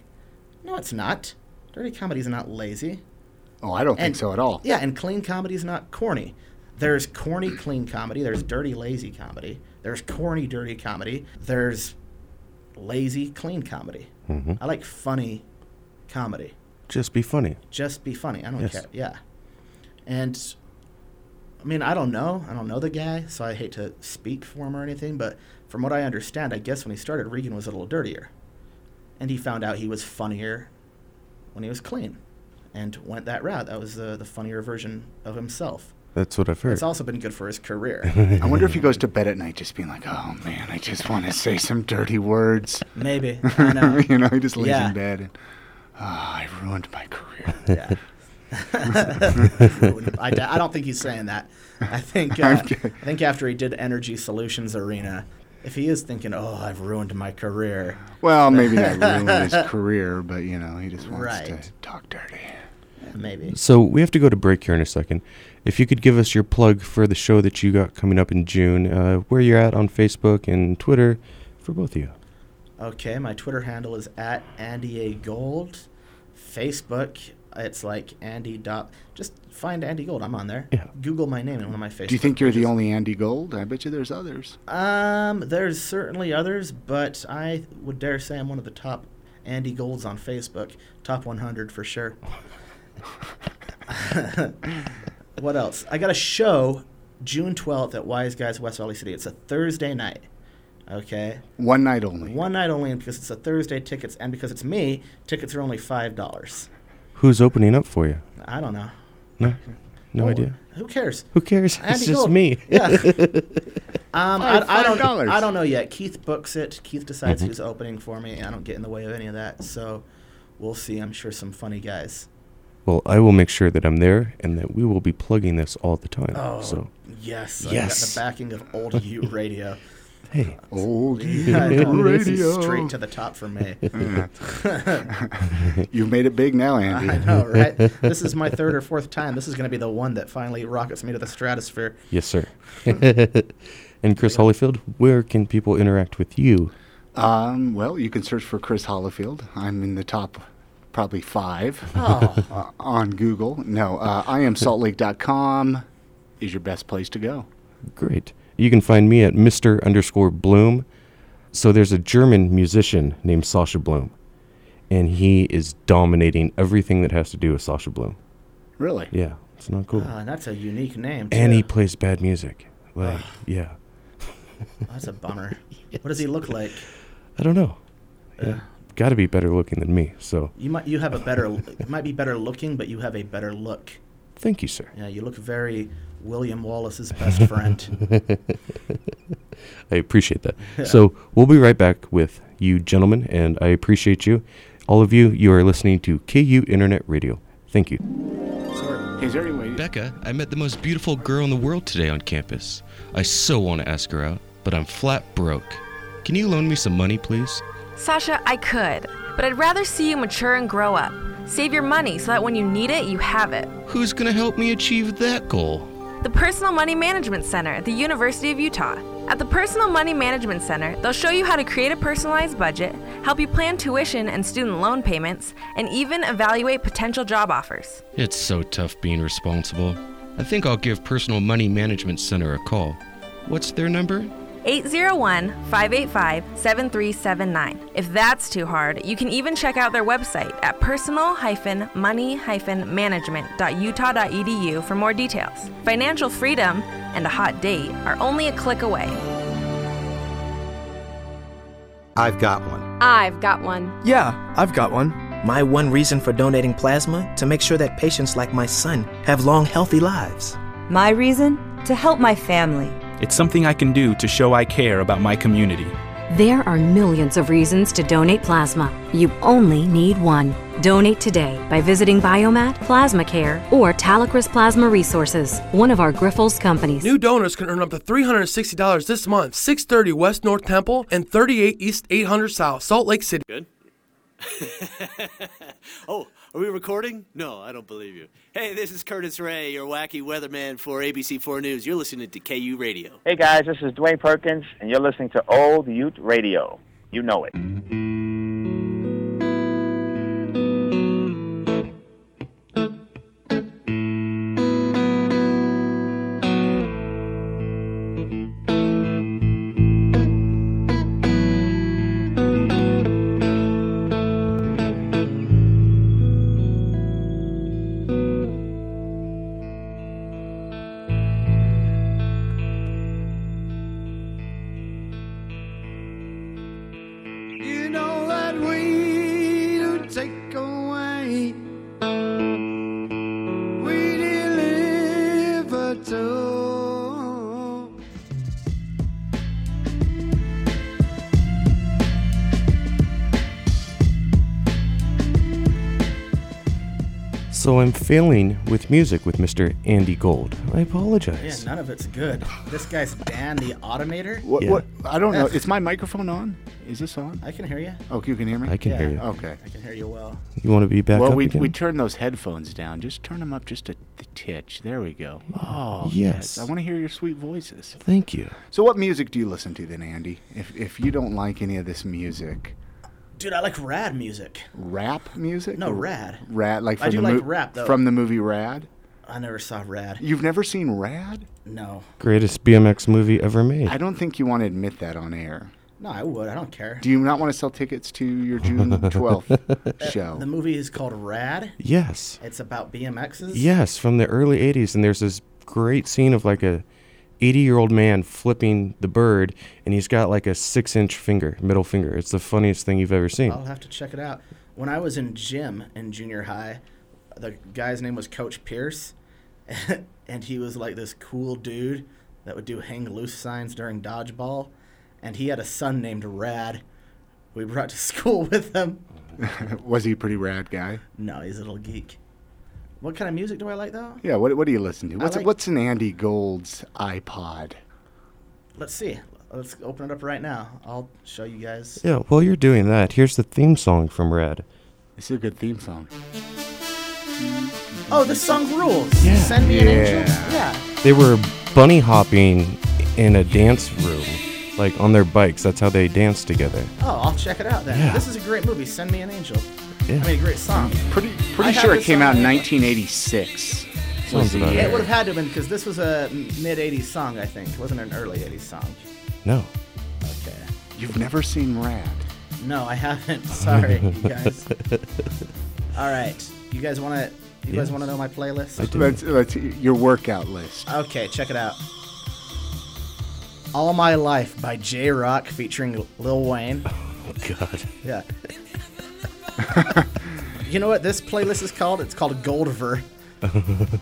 S12: No, it's not. Dirty comedy is not lazy.
S8: Oh, I don't think
S12: And-
S8: so at all.
S12: Yeah, and clean comedy is not corny. There's corny clean comedy. There's dirty lazy comedy. There's corny dirty comedy. There's lazy clean comedy.
S7: Mhm.
S12: I like funny comedy.
S7: Just be funny.
S12: Just be funny. I don't
S7: Yes.
S12: care. Yeah, and I mean I don't know. I don't know the guy, so I hate to speak for him or anything. But from what I understand, I guess when he started, Regan was a little dirtier, and he found out he was funnier when he was clean, and went that route. That was the the funnier version of himself.
S7: That's what I've heard.
S12: It's also been good for his career.
S8: I wonder if he goes to bed at night just being like, "Oh man, I just want to say some dirty words."
S12: Maybe. I know.
S8: you know, he just lays
S12: Yeah.
S8: in bed and, "Oh, I ruined my career."
S12: Yeah. I, d- I don't think he's saying that. I think uh,
S8: Okay.
S12: I think after he did Energy Solutions Arena, if he is thinking, "Oh, I've ruined my career,"
S8: Well, maybe not ruined his career, but you know, he just wants
S12: right?
S8: to talk dirty.
S12: Maybe.
S7: So we have to go to break here in a second. If you could give us your plug for the show that you got coming up in June, uh, where you're at on Facebook and Twitter for both of you.
S12: Okay, my Twitter handle is at Andy A Gold. Facebook, it's like Andy dot. Just find Andy Gold. I'm on there. Google my name in one of my Facebook.
S8: Do you think you're the only Andy Gold? I bet you there's others.
S12: Um, there's certainly others, but I would dare say I'm one of the top Andy Golds on Facebook, top 100 for sure. what else? I got a show June 12th at Wise Guys West Valley City. It's a Thursday night. Okay.
S8: One night only.
S12: One night only, and because it's a Thursday tickets, and because it's me, tickets are only five dollars.
S7: Who's opening up for you?
S12: I don't know.
S7: No, no
S12: Well,
S7: idea.
S12: Who cares?
S7: Who cares?
S12: Andy
S7: it's just
S12: Gold.
S7: me.
S12: Yeah. Um, I,
S8: Five-
S12: I don't.
S8: $5.
S12: I don't know yet. Keith books it. Keith decides
S8: Mhm.
S12: who's opening for me, and I don't get in the way of any of that. So, we'll see. I'm sure some funny guys.
S7: well, I will make sure that I'm there and that we will be plugging this all the time.
S12: Oh,
S7: so
S12: yes.
S7: yes.
S12: I got the backing of old U radio.
S7: Hey.
S8: Old
S12: Yeah,
S8: U
S12: no, this is
S8: radio.
S12: Straight to the top for me.
S8: Yeah. You've made it big now, Andy.
S12: I know, right? This is my third or fourth time. This is going to be the one that finally rockets me to the stratosphere.
S7: Yes, sir. and Chris Holyfield, where can people interact with you?
S8: Um, well, you can search for Chris Hollifield. I'm in the top probably five
S12: Oh.
S8: uh, on Google. No, uh, I am saltlake.com is your best place to go.
S7: Great. You can find me at Mr. underscore Bloom. So there's a German musician named Sasha Bloom, and he is dominating everything that has to do with Sasha Bloom.
S8: Really?
S7: Yeah, it's not cool.
S12: Ah, that's a unique name. Too.
S7: and he plays bad music. Like,
S12: Ah.
S7: yeah,
S12: That's a bummer. What does he look like?
S7: I don't know. Yeah, got to be better looking than me. So
S12: You might you have a better you might be better looking, but you have a better look.
S7: thank you, sir.
S12: Yeah, you look very William Wallace's best friend.
S7: I appreciate that. So we'll be right back with you, gentlemen, and I appreciate you. All of you, you are listening to KU Internet Radio. Thank you.
S8: Is there any way?
S13: Becca, I met the most beautiful girl in the world today on campus. I so want to ask her out, but I'm flat broke. Can you loan me some money, please?
S5: Sasha, I could, but I'd rather see you mature and grow up. Save your money so that when you need it, you have it.
S13: Who's going to help me achieve that goal?
S5: The Personal Money Management Center at the University of Utah. At the Personal Money Management Center, they'll show you how to create a personalized budget, help you plan tuition and student loan payments, and even evaluate potential job offers.
S13: It's so tough being responsible. I think I'll give Personal Money Management Center a call. What's their number?
S5: 801 585 7379. If that's too hard, you can even check out their website at personal money management.utah.edu for more details. Financial freedom and a hot date are only a click away.
S14: I've got one.
S15: I've got one.
S16: Yeah, I've got one.
S17: My one reason for donating plasma to make sure that patients like my son have long, healthy lives.
S18: My reason? To help my family.
S19: It's something I can do to show I care about my community.
S20: There are millions of reasons to donate plasma. You only need one. Donate today by visiting Biomat, Plasma Care, or Talacris Plasma Resources, one of our Grifols companies.
S21: New donors can earn up to $360 this month, 630 West North Temple and 38 East 800 South, Salt Lake City. Good.
S22: oh, are we recording? No, I don't believe you. Hey, this is Curtis Ray, your wacky weatherman for ABC4 News. You're listening to KU Radio.
S23: Hey guys, this is Dwayne Perkins, and you're listening to Old Ute Radio. You know it.
S24: You know that we do take away. We deliver to.
S7: So I'm failing with music with Mr. Andy Gold. I
S12: Yeah,
S7: apologize.
S12: none of it's good. This guy's Dan the Automator.
S8: What, what? I don't know.
S12: Ugh.
S8: Is my microphone on? Is this on?
S12: I can hear you.
S8: Oh, you can hear me.
S7: I can hear you.
S8: Okay.
S12: I can hear you well.
S7: You want to be back
S8: oh. well,
S7: up
S8: we
S7: again?
S8: we turned those headphones down. Just turn them up just a the titch. There we go. Oh
S7: Mm. Yes.
S8: I want to hear your sweet voices.
S7: Thank you.
S8: So, what music do you listen to then, Andy? If if you don't like any of this music,
S12: Dude, I like rad music.
S8: rap music?
S12: No, rad.
S8: Rad like
S12: I
S8: from
S12: do
S8: the
S12: like
S8: mo-
S12: rap, though.
S8: from the movie Rad.
S12: I never saw Rad.
S8: You've never seen Rad?
S12: No.
S7: Greatest BMX movie ever made.
S8: I don't think you want to admit that on air.
S12: No, I would. I don't care.
S8: Do you not want to sell tickets to your June twelfth show?
S12: The movie is called Rad.
S7: Yes.
S12: It's about BMXs.
S7: Yes, from the early 80s. And there's this great scene of like a 80 year old man flipping the bird, and he's got like a six inch finger, middle finger. It's the funniest thing you've ever seen.
S12: I'll have to check it out. When I was in gym in junior high, the guy's name was Coach Pierce, and he was like this cool dude that would do hang loose signs during dodgeball, and he had a son named Rad. We brought to school with him.
S8: Was he a pretty rad guy?
S12: No, he's a little geek. What kind of music do I like though?
S8: Yeah. What What do you listen to?
S12: I
S8: What's
S12: like-
S8: What's an Andy Gold's iPod?
S12: Let's see. Let's open it up right now. I'll show you guys.
S7: Yeah, while you're doing that, here's the theme song from Red.
S8: It's a good theme song.
S12: Oh, this song rules. Send me an angel. Yeah.
S7: They were bunny hopping in a dance room, like on their bikes. That's how they danced together.
S12: Oh, I'll check it out then.
S7: Yeah.
S12: This is a great movie. Send me an angel.
S7: Yeah.
S12: I mean, a great song.
S8: Pretty Pretty sure it came out in 1986.
S7: Sounds about
S12: It
S7: right.
S12: would have had to have been because this was a mid 80s song, I think. It wasn't an early 80s song.
S7: No.
S12: Okay.
S8: You've never seen Rad.
S12: No, I haven't. Sorry, you guys. All right. You guys want to. You guys
S8: Yes.
S12: want to know my playlist?
S8: Let's, let's, your workout list.
S12: Okay, check it out. All My Life by J Rock featuring Lil Wayne.
S7: Oh, God.
S12: Yeah. you know what this playlist is called? It's called Goldver.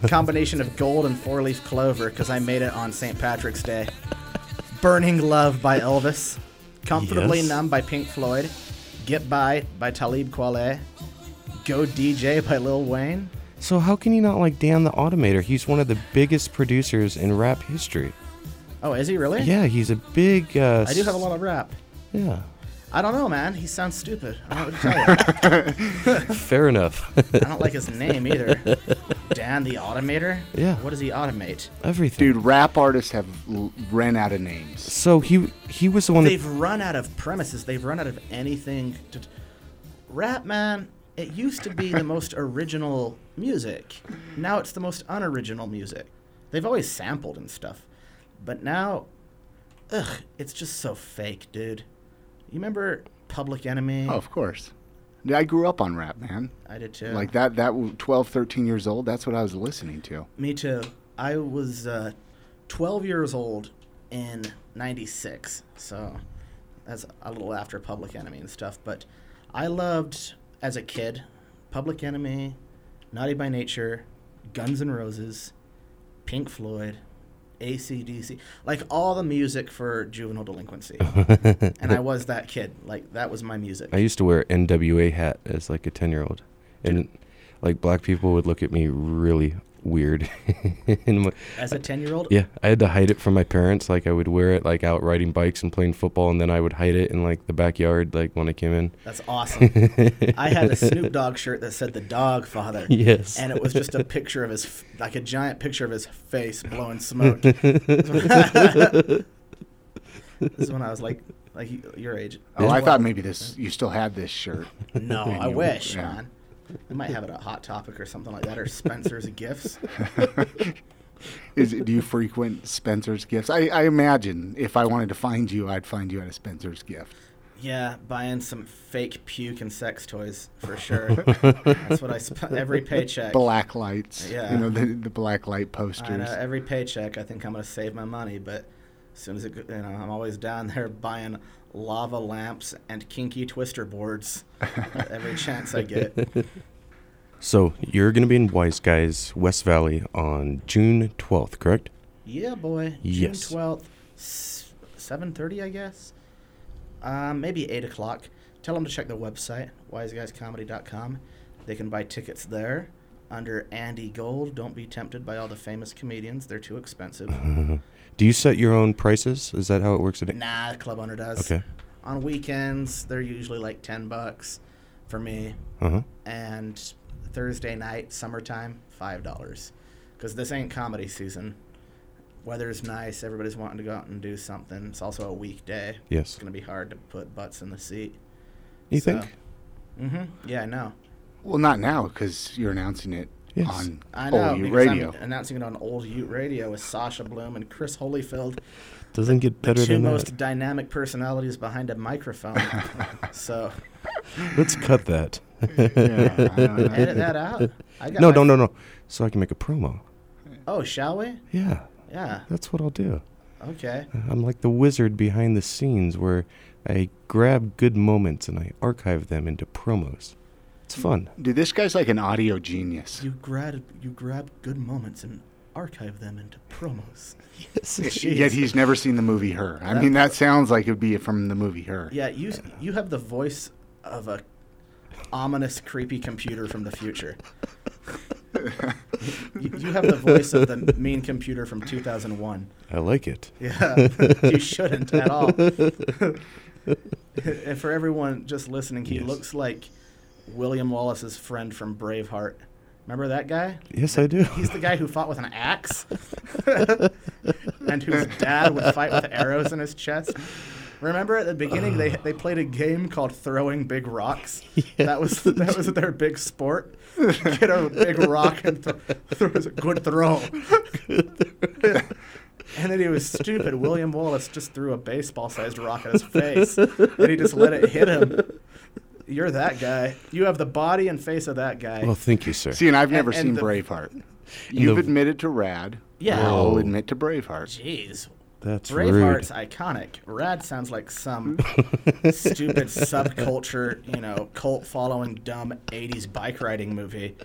S12: Combination of gold and four leaf clover because I made it on St. Patrick's Day. Burning Love by Elvis. Comfortably
S25: Yes.
S12: Numb by Pink Floyd. Get By by Talib Kweli. Go DJ by Lil Wayne.
S7: So, how can you not like Dan the Automator? He's one of the biggest producers in rap history.
S12: Oh, is he really?
S7: Yeah, he's a big. Uh,
S12: I do have a lot of rap.
S7: Yeah.
S12: I don't know, man. He sounds stupid. I don't know what to tell you.
S7: Fair enough.
S12: I don't like his name either. Dan the Automator?
S7: Yeah.
S12: What does he automate?
S7: Everything.
S8: Dude, rap artists have l- ran out of names.
S7: So he he was the one
S12: They've
S7: that
S12: run out of premises. They've run out of anything to. T- Rap, man, it used to be the most original music. Now it's the most unoriginal music. They've always sampled and stuff. But now, ugh, it's just so fake, dude. You remember Public Enemy?
S8: Oh, of course. Yeah, I grew up on rap, man.
S12: I did too.
S8: Like that, that w- 12, 13 years old, that's what I was listening to.
S12: Me too. I was uh, 12 years old in 96. So as a little after Public Enemy and stuff. But I loved as a kid Public Enemy, Naughty by Nature, Guns N' Roses, Pink Floyd, ACDC, like all the music for juvenile delinquency. and I was that kid. Like that was my music.
S7: I used to wear NWA hat as like a 10 year old. And like black people would look at me really weird. And my-
S12: As a 10-year-old?
S7: Yeah. I had to hide it from my parents. Like I would wear it like out riding bikes and playing football. And then I would hide it in like the backyard like when I came in.
S12: That's awesome. I had a Snoop Dogg shirt that said the Dog Father.
S7: Yes.
S12: And it was just a picture of his, f- like a giant picture of his face blowing smoke. this is when I was like, like y- your age.
S8: Oh, I
S12: 12.
S8: thought maybe this you still had this shirt.
S12: No,
S8: And
S12: I
S8: you-
S12: wish,
S8: yeah.
S12: man. I might have it at Hot Topic or something like that, or Spencer's Gifts.
S8: Is it, do you frequent Spencer's Gifts? I, I imagine if I wanted to find you, I'd find you at a Spencer's Gift.
S12: Yeah, buying some fake puke and sex toys for sure. That's what I spend every paycheck.
S8: Black lights.
S12: Yeah.
S8: You know the, the black light
S12: I know,
S8: posters.
S12: uh, every paycheck, I think I'm gonna save my money, but as soon as it, go- you know, I'm always down there buying lava lamps and kinky twister boards uh, every chance I get.
S7: So you're going to be in Wise Guys, West Valley on June 12th, correct?
S12: Yeah, boy.
S7: Yes.
S12: June 12th, s- 7:30, I guess. Uh, maybe 8 o'clock. Tell them to check the website, wiseguyscomedy.com. They can buy tickets there under Andy Gold. Don't be tempted by all the famous comedians; they're too expensive.
S7: Do you set your own prices? Is that how it works? At
S12: Nah, the club owner does.
S7: Okay.
S12: On weekends, they're usually like ten bucks for me.
S7: Uh-huh.
S12: And Thursday night, summertime, five dollars, because this ain't comedy season. Weather's nice. Everybody's wanting to go out and do something. It's also a weekday.
S7: Yes.
S12: It's gonna be hard to put butts in the seat.
S7: You think?
S12: Mm-hmm. Yeah, I know.
S8: Well, not now because you're announcing it
S7: Yes.
S8: on
S7: Oh,
S12: I know.
S8: OU
S12: because
S8: radio.
S12: I'm announcing it on Old Ute Radio with Sasha Bloom and Chris Holyfield.
S7: Doesn't get
S12: The
S7: better
S12: two
S7: than that.
S12: most dynamic personalities behind a microphone. so
S7: Let's cut that.
S12: Edit that out. I got
S7: no,
S12: my-
S7: no, no, no. So I can make a promo.
S12: Oh, shall we?
S7: Yeah.
S12: Yeah.
S7: That's what I'll do.
S12: Okay.
S7: I'm like the wizard behind the scenes where I grab good moments and I archive them into promos. It's fun.
S8: Dude, this guy's like an audio genius.
S12: You grab you grab good moments and archive them into promos.
S7: Yes.
S8: Yet he's never seen the movie Her. I mean, that sounds like it would be from the movie Her.
S12: Yeah, you you have the voice of a ominous, creepy computer from the future. you, you have the voice of the mean computer from 2001.
S7: I like it.
S12: Yeah, you shouldn't at all. and for everyone just listening, he looks like William Wallace's friend from Braveheart. Remember that guy?
S7: Yes, I do.
S12: He's the guy who fought with an axe, and whose dad would fight with arrows in his chest. Remember at the beginning they they played a game called throwing big rocks. That was that was their big sport. Get a big rock and th- throw a good throw. and then he was stupid. William Wallace just threw a baseball-sized rock at his face, and he just let it hit him. You're that guy. You have the body and face of that guy.
S7: Well, thank you, sir.
S8: See, and I've never
S12: and
S8: seen
S12: the-
S8: Braveheart.
S7: the-
S8: You've admitted to Rad.
S12: Yeah.
S8: I'll
S12: Whoa.
S8: admit to Braveheart.
S12: Jeez.
S7: That's
S12: Braveheart's iconic. Rad sounds like some stupid subculture, you know, cult following dumb 80s bike riding movie.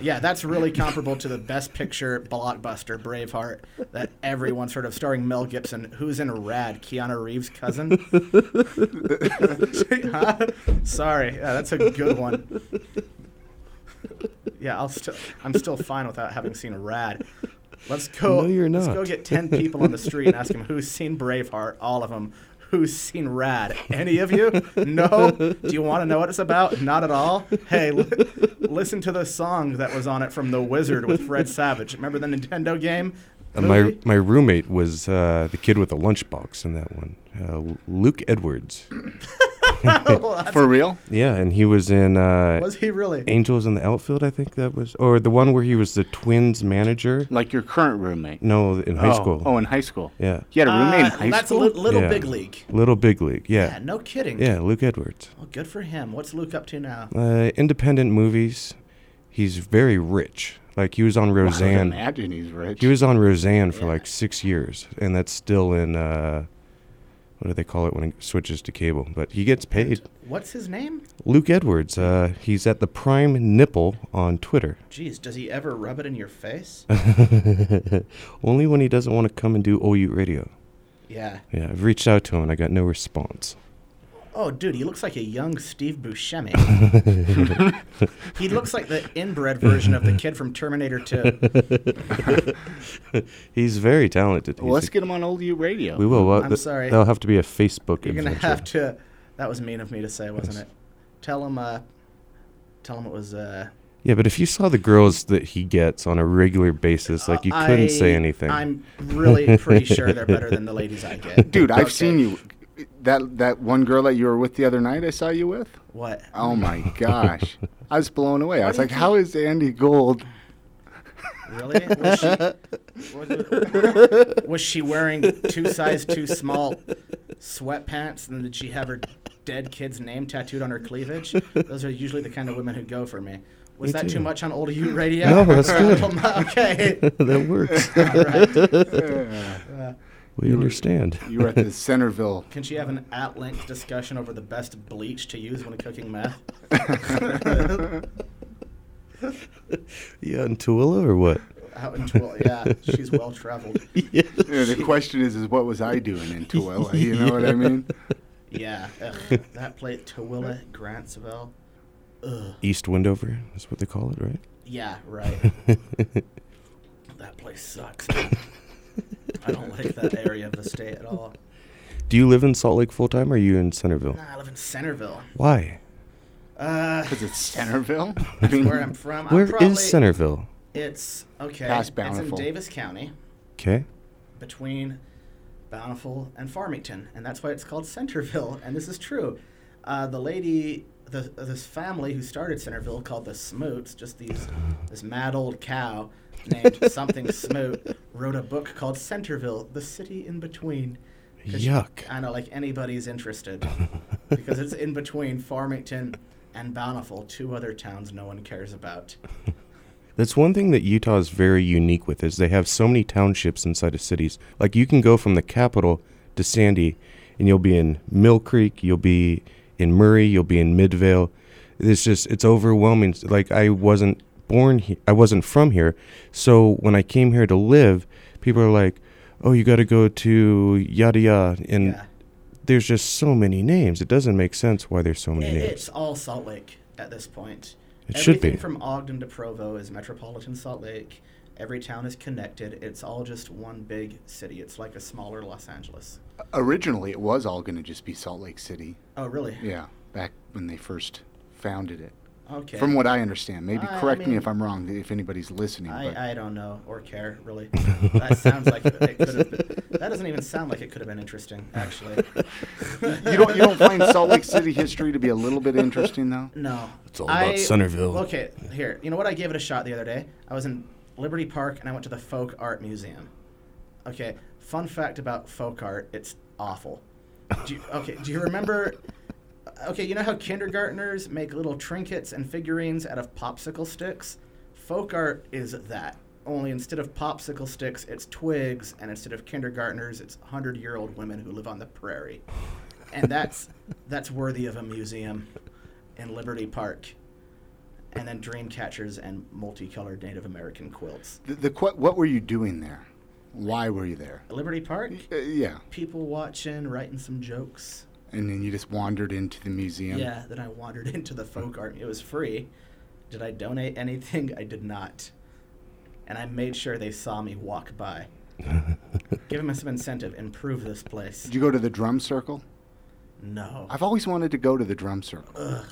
S12: Yeah, that's really comparable to the best picture blockbuster Braveheart that everyone's heard of, starring Mel Gibson, who's in Rad, Keanu Reeves' cousin. Huh? Sorry, yeah, that's a good one. Yeah, I'll still I'm still fine without having seen Rad. Let's go.
S7: No, you're
S12: Let's go
S7: not.
S12: get ten people on the street and ask them who's seen Braveheart. All of them. Who's seen Rad? Any of you? No. Do you want to know what it's about? Not at all. Hey, li- listen to the song that was on it from The Wizard with Fred Savage. Remember the Nintendo game?
S7: Uh, my
S12: Movie?
S7: my roommate was uh, the kid with the lunchbox in that one, uh, Luke Edwards.
S8: For real?
S7: Yeah, and he was in. Uh,
S12: Oh, Was he really?
S7: Angels in the Outfield, I think that was, or the one where he was the Twins manager.
S8: Like your current roommate?
S7: No, in high
S8: Oh,
S7: school.
S8: oh, in high school.
S7: Yeah.
S8: You had a roommate in
S12: Uh,
S8: high
S12: that's
S8: school?
S12: Lit- Little
S7: Yeah.
S12: Big League.
S7: Little Big League. Yeah.
S12: Yeah, no kidding.
S7: Yeah, Luke Edwards.
S12: Well, good for him. What's Luke up to now?
S7: Uh, independent movies. He's very rich. Like he was on Roseanne.
S8: imagine he's rich.
S7: He was on Roseanne for like six years, and that's still in. Uh, what do they call it when it switches to cable? But he gets paid.
S12: What's his name?
S7: Luke Edwards. Uh, he's at the Prime Nipple on Twitter.
S12: Jeez, does he ever rub it in your face?
S7: Only when he doesn't want to come and do OU radio.
S12: Yeah.
S7: Yeah, I've reached out to him and I got no response.
S12: Oh, dude, he looks like a young Steve Buscemi. he looks like the inbred version of the kid from Terminator 2.
S7: He's very talented.
S8: Well,
S7: He's
S8: let's
S7: a-
S8: get him on old U radio.
S7: We will. Well,
S12: I'm
S7: th-
S12: sorry.
S7: That'll have to be a Facebook.
S12: You're gonna
S7: adventure.
S12: have to. That was mean of me to say, wasn't it? Tell him. Uh, tell him it was. Uh,
S7: Yeah, but if you saw the girls that he gets on a regular basis, like you couldn't say
S12: I-
S7: anything.
S12: I'm really pretty sure they're better than the ladies I get.
S8: Dude,
S12: Okay.
S8: I've seen you. That that one girl that you were with the other night, I saw you with.
S12: What?
S8: Oh my gosh, I was blown away. I was like, how is Andy Gold?
S12: Really? Was she, was, was she wearing two size too small sweatpants? And did she have her dead kid's name tattooed on her cleavage? Those are usually the kind of women who go for me. Was
S7: Me
S12: that
S7: too.
S12: too much on old U radio?
S7: No, that's good.
S12: okay.
S7: That works.
S12: All right. Uh,
S7: We understand.
S8: You were at the Centerville.
S12: Can she have an at length discussion over the best bleach to use when cooking meth?
S7: Yeah, in Tooele or what?
S12: Out in Tooele, yeah, she's well traveled.
S8: Yeah, the question is, is what was I doing in Tooele? You know what I mean?
S12: Yeah, ugh, that place, Tooele, Grantsville. Ugh,
S7: East Windover is what they call it, right?
S12: yeah, right. that place sucks. I don't like that area of the state at all.
S7: Do you live in Salt Lake full time or are you in Centerville?
S12: Nah, I live in Centerville.
S7: Why?
S12: Uh,
S8: Is it Centerville?
S12: That's where I'm from.
S7: Where
S12: I'm
S7: is
S12: probably-
S7: Centerville?
S12: It's okay.
S8: Past
S12: it's in
S8: Bountiful.
S12: Davis County,
S7: Okay.
S12: between Bountiful and Farmington, and that's why it's called Centerville. And this is true. Uh, the lady, the this family who started Centerville called the Smoots, just these this mad old cow named something Smoot, wrote a book called Centerville: The City in Between. 'Cause
S7: Yuck.
S12: I know, like anybody's interested, because it's in between Farmington and Bountiful, two other towns no one cares about.
S7: That's one thing that Utah is very unique with is they have so many townships inside of cities. Like you can go from the capital to Sandy and you'll be in Mill Creek, you'll be in Murray, you'll be in Midvale. It's just it's overwhelming. Like I wasn't born here. I wasn't from here. So when I came here to live, people are like, "Oh, you got to go to yada yada." And there's just so many names. It doesn't make sense why there's so many
S12: It-
S7: names.
S12: It's all Salt Lake at this point.
S7: It should
S12: Everything
S7: be.
S12: From Ogden to Provo is metropolitan Salt Lake. Every town is connected. It's all just one big city. It's like a smaller Los Angeles.
S8: Originally, it was all going to just be Salt Lake City.
S12: Oh, really?
S8: Yeah, back when they first founded it.
S12: Okay.
S8: From what I understand, maybe
S12: I
S8: correct me
S12: mean-
S8: if I'm wrong. If anybody's listening, but
S12: I, I don't know or care really. That sounds like it could have. Been, that doesn't even sound like it could have been interesting, actually.
S8: you don't you don't find Salt Lake City history to be a little bit interesting though?
S12: No.
S8: It's all about
S12: I-
S8: Centerville.
S12: Okay, here. You know what? I gave it a shot the other day. I was in Liberty Park and I went to the Folk Art Museum. Okay, fun fact about folk art it's awful. Do you, okay, do you remember? Okay, you know how kindergartners make little trinkets and figurines out of popsicle sticks? Folk art is that. Only instead of popsicle sticks, it's twigs, and instead of kindergartners, it's 100 year old women who live on the prairie. And that's, that's worthy of a museum in Liberty Park. And then dream catchers and multicolored Native American quilts.
S8: The, the que- what were you doing there? Why were you there? Uh,
S12: Liberty Park?
S8: yeah.
S12: People watching, writing some jokes.
S8: And then you just wandered into the museum.
S12: Yeah, then I wandered into the folk art. It was free. Did I donate anything? I did not. And I made sure they saw me walk by. Give them some incentive. Improve this place.
S8: Did you go to the drum circle?
S12: No.
S8: I've always wanted to go to the drum circle.
S12: Ugh,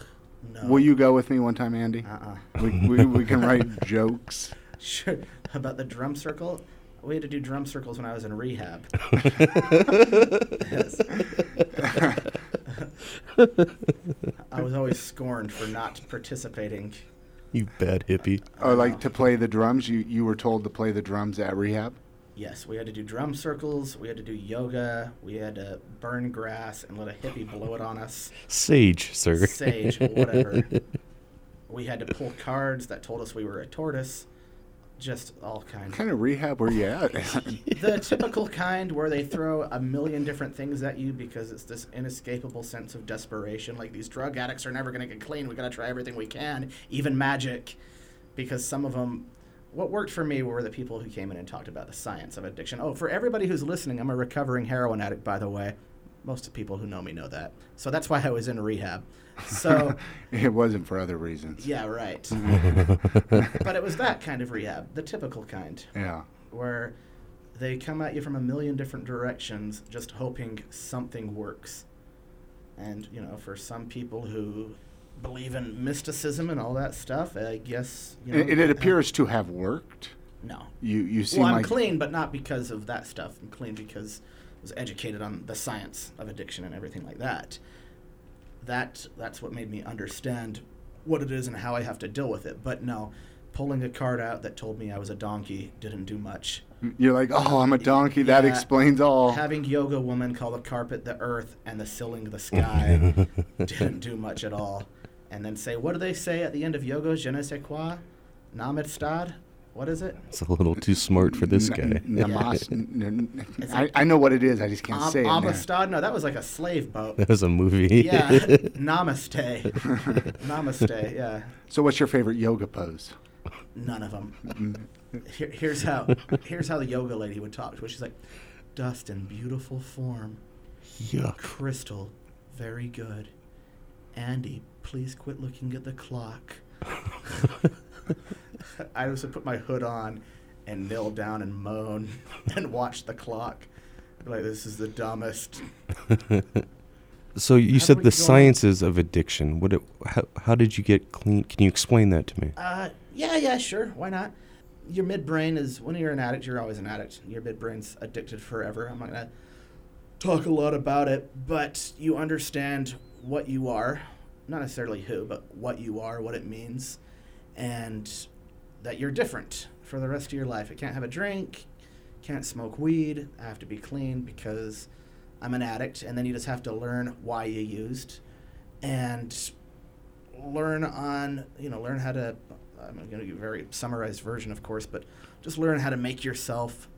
S12: no.
S8: Will you go with me one time, Andy?
S12: Uh-uh.
S8: We, we, we can write jokes.
S12: Sure. About the drum circle? We had to do drum circles when I was in rehab. Yes. I was always scorned for not participating.
S7: you bad hippie.
S8: Or like to play the drums. You you were told to play the drums at rehab.
S12: Yes, we had to do drum circles, we had to do yoga, we had to burn grass and let a hippie blow it on us.
S7: Sage, sir.
S12: Sage, whatever. we had to pull cards that told us we were a tortoise. just all kinds.
S8: What kind of rehab were you at?
S12: the typical kind where they throw a million different things at you because it's this inescapable sense of desperation. Like these drug addicts are never going to get clean. We got to try everything we can, even magic, because some of them. What worked for me were the people who came in and talked about the science of addiction. Oh, for everybody who's listening, I'm a recovering heroin addict, by the way. Most of the people who know me know that. So that's why I was in rehab. So
S8: it wasn't for other reasons.
S12: Yeah, right. but it was that kind of rehab, the typical kind.
S8: Yeah.
S12: Where they come at you from a million different directions, just hoping something works. And, you know, for some people who believe in mysticism and all that stuff, I guess, you know. uh,
S8: and, and it appears to have worked.
S12: No.
S8: You you seem
S12: Well, I'm
S8: like
S12: clean, but not because of that stuff. I'm clean because I was educated on the science of addiction and everything like that. That that's what made me understand what it is and how I have to deal with it. But no, pulling a card out that told me I was a donkey didn't do much.
S8: you're like, oh, I'm a donkey. That
S12: Yeah.
S8: explains all.
S12: Having yoga woman call the carpet the earth and the ceiling the sky didn't do much at all. And then say, what do they say at the end of yoga? Je ne sais quoi? Namastad? What is it?
S13: It's a little too smart for this guy.
S8: N- namas- n- n- I, I know what it is. I just can't
S12: Am-
S8: say it. now.
S12: Amistad? No, that was like a slave boat.
S13: That was a movie.
S12: Yeah. Namaste. Namaste. Yeah.
S8: So, what's your favorite yoga pose?
S12: None of them.
S8: Mm-hmm.
S12: Here, here's how. Here's how the yoga lady would talk to us. She's like, "Dust in beautiful form.
S13: Yuck.
S12: Crystal, very good. Andy, please quit looking at the clock." I was to put my hood on and kneel down and moan and watch the clock. Like this is the dumbest
S7: So you said
S12: we
S7: the
S12: go on?
S7: sciences of addiction. What? It, how, how did you get clean? Can you explain that to me?
S12: Uh, yeah, yeah, sure. Why not? Your midbrain is when you're an addict, you're always an addict. Your midbrain's addicted forever. I'm not gonna talk a lot about it, but you understand what you are, not necessarily who, but what you are, what it means, and that you're different for the rest of your life. I can't have a drink, can't smoke weed. I have to be clean because I'm an addict, and then you just have to learn why you used, and learn on you know learn how to i'm going to give a very summarized version of course but just learn how to make yourself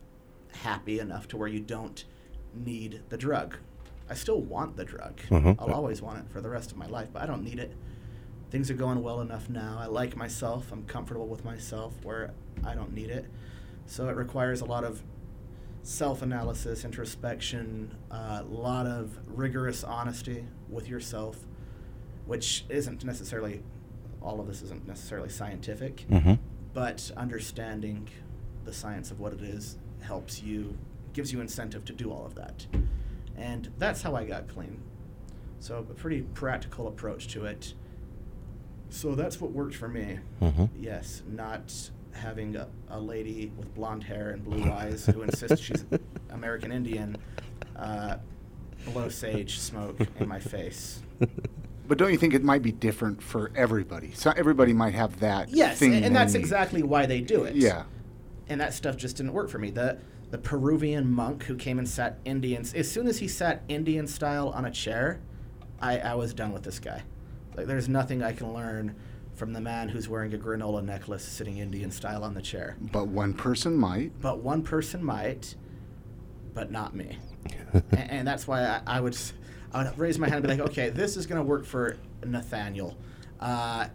S12: happy enough to where you don't need the drug i still want the drug
S7: Uh-huh.
S12: i'll always want it for the rest of my life but i don't need it things are going well enough now i like myself i'm comfortable with myself where i don't need it so it requires a lot of self-analysis introspection a lot of rigorous honesty with yourself which isn't necessarily all of this isn't necessarily scientific,
S7: Mhm.
S12: but understanding the science of what it is helps you, gives you incentive to do all of that. And that's how I got clean. So, a pretty practical approach to it. So, that's what worked for me.
S7: Mhm.
S12: Yes, not having a, a lady with blonde hair and blue eyes who insists she's American Indian uh, blow sage smoke in my face.
S8: But don't you think it might be different for everybody? So everybody might have that.
S12: Yes,
S8: thing
S12: and,
S8: they
S12: and that's
S8: need.
S12: exactly why they do it.
S8: Yeah.
S12: And that stuff just didn't work for me. The the Peruvian monk who came and sat Indians as soon as he sat Indian style on a chair, I, I was done with this guy. Like there's nothing I can learn from the man who's wearing a granola necklace sitting Indian style on the chair.
S8: But one person might.
S12: But one person might, but not me. and, and that's why I, I would s- I would raise my hand and be like, okay, this is going to work for Nathaniel. Uh,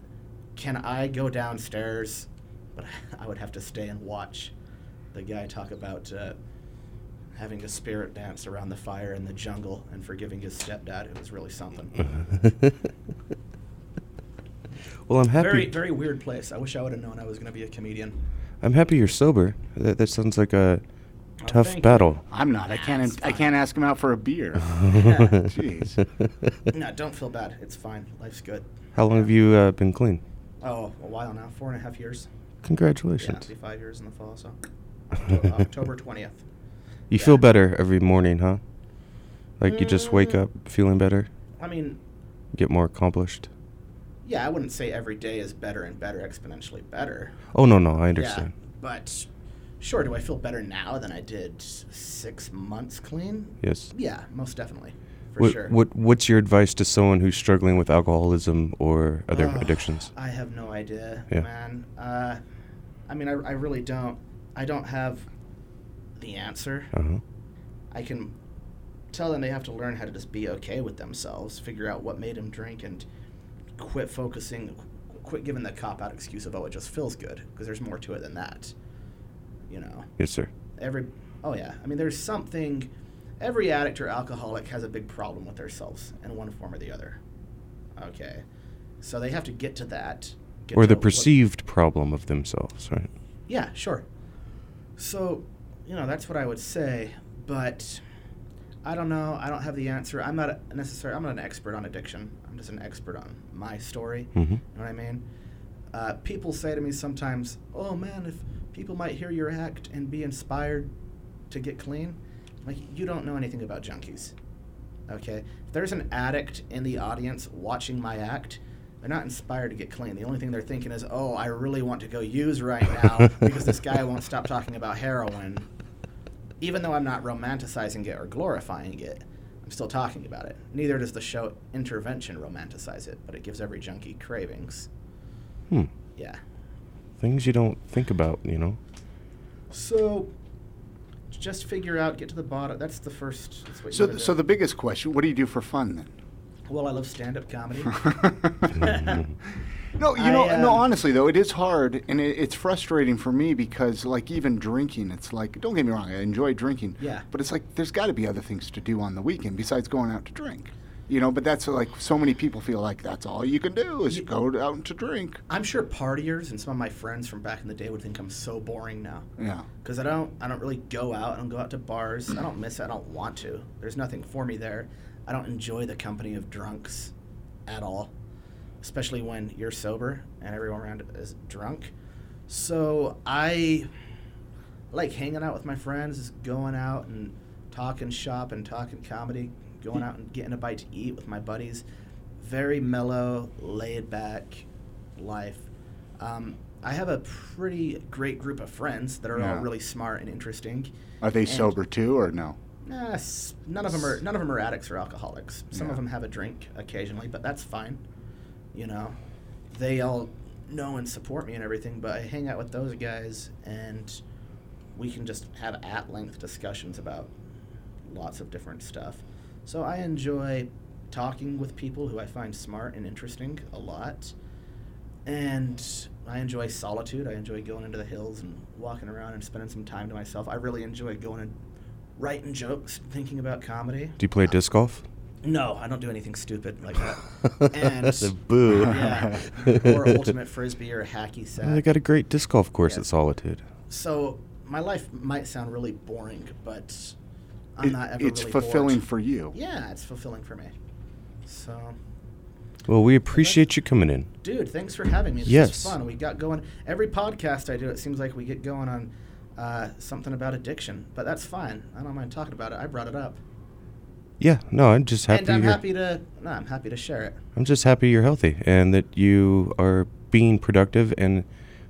S12: can I go downstairs? But I would have to stay and watch the guy talk about uh, having a spirit dance around the fire in the jungle and forgiving his stepdad. It was really something.
S7: Well, I'm happy.
S12: Very, very weird place. I wish I would have known I was going to be a comedian.
S7: I'm happy you're sober. That, that sounds like a
S12: Oh, thank
S7: tough
S12: you.
S7: battle.
S8: I'm not. I can't. I can't ask him out for a beer. Jeez.
S12: no, don't feel bad. It's fine. Life's good.
S7: How long have you uh, been clean?
S12: Oh, a while now. Four and a half years. Yeah,
S7: Congratulations.
S12: it'll be five years in the fall, so Octo- October 20th.
S7: You feel better every morning, huh? Like you just wake
S12: Mm.
S7: up feeling better,
S12: I mean,
S7: get more accomplished.
S12: yeah, I wouldn't say every day is better and better, exponentially better.
S7: Oh no, no, I
S12: Yeah,
S7: understand.
S12: but sure, do I feel better now than I did six months clean?
S7: Yes.
S12: Yeah, most definitely. For
S7: what,
S12: sure.
S7: what what's your advice to someone who's struggling with alcoholism or other
S12: Ugh,
S7: addictions?
S12: I have no idea,
S7: Yeah.
S12: man. Uh, I mean, I, I really don't. I don't have the answer.
S7: Uh-huh.
S12: I can tell them they have to learn how to just be okay with themselves, figure out what made them drink, and quit focusing, qu- quit giving the cop out excuse of, oh, it just feels good, because there's more to it than that. You know?
S7: Yes, sir.
S12: Every, oh, yeah. I mean, there's something, every addict or alcoholic has a big problem with themselves in one form or the other. Okay. So they have to get to that. get
S7: or
S12: to
S7: the
S12: what-
S7: perceived problem of themselves, right?
S12: yeah, sure. So, you know, that's what I would say, but I don't know. I don't have the answer. I'm not a- necessarily. I'm not an expert on addiction. I'm just an expert on my story.
S7: Mhm.
S12: You know what I mean? Uh, people say to me sometimes, "Oh man, if people might hear your act and be inspired to get clean," like you don't know anything about junkies. Okay, if there's an addict in the audience watching my act, they're not inspired to get clean. The only thing they're thinking is, "Oh, I really want to go use right now because this guy won't stop talking about heroin." Even though I'm not romanticizing it or glorifying it, I'm still talking about it. Neither does the show Intervention romanticize it, but it gives every junkie cravings.
S7: Hmm.
S12: Yeah.
S7: Things you don't think about, you know?
S12: So, just figure out, get to the bottom. That's the first. That's what you
S8: So,
S12: gotta
S8: th- so
S12: do.
S8: the biggest question: What do you do for fun then?
S12: Well, I love stand-up comedy.
S8: No, you
S12: I,
S8: know, no.
S12: um,
S8: Honestly, though, it is hard, and it, it's frustrating for me because, like, even drinking, it's like, don't get me wrong, I enjoy drinking.
S12: Yeah.
S8: But it's like, there's got to be other things to do on the weekend besides going out to drink, you know. But that's like, so many people feel like that's all you can do is go out to drink.
S12: I'm sure partiers and some of my friends from back in the day would think I'm so boring now.
S8: Yeah.
S12: Because I don't, I don't really go out. I don't go out to bars. I don't miss it. I don't want to. There's nothing for me there. I don't enjoy the company of drunks at all, especially when you're sober and everyone around is drunk. So I like hanging out with my friends, just going out and talking shop and talking comedy, going out and getting a bite to eat with my buddies. Very mellow, laid back life. Um, I have a pretty great group of friends that are all
S8: Yeah.
S12: really smart and interesting.
S8: Are they
S12: And-
S8: sober too, or no?
S12: Nah, s- none of them are none of them are addicts or alcoholics. Some
S8: Yeah.
S12: of them have a drink occasionally, but that's fine. You know, they all know and support me and everything. But I hang out with those guys, and we can just have at length discussions about lots of different stuff. So I enjoy talking with people who I find smart and interesting a lot. And I enjoy solitude. I enjoy going into the hills and walking around and spending some time to myself. I really enjoy going and writing jokes, thinking about comedy.
S7: Do you play disc golf?
S12: No, I don't do anything stupid like that. And
S7: Boo.
S12: Yeah, or ultimate frisbee or hacky sack.
S7: Well, they got a great disc golf course at Solitude.
S12: So my life might sound really boring, but I'm
S8: It-
S12: not ever.
S8: it's
S12: really
S8: fulfilling
S12: bored.
S8: for you.
S12: Yeah, it's fulfilling for me. So,
S7: Well, we appreciate you coming in.
S12: dude, thanks for having me. This
S7: Yes.
S12: is fun. We got going. Every podcast I do, it seems like we get going on uh, something about addiction, but that's fine. I don't mind talking about it. I brought it up,
S7: Yeah, no, I'm just happy.
S12: and I'm
S7: you're,
S12: happy to. No, I'm happy to share it.
S7: I'm just happy you're healthy and that you are being productive and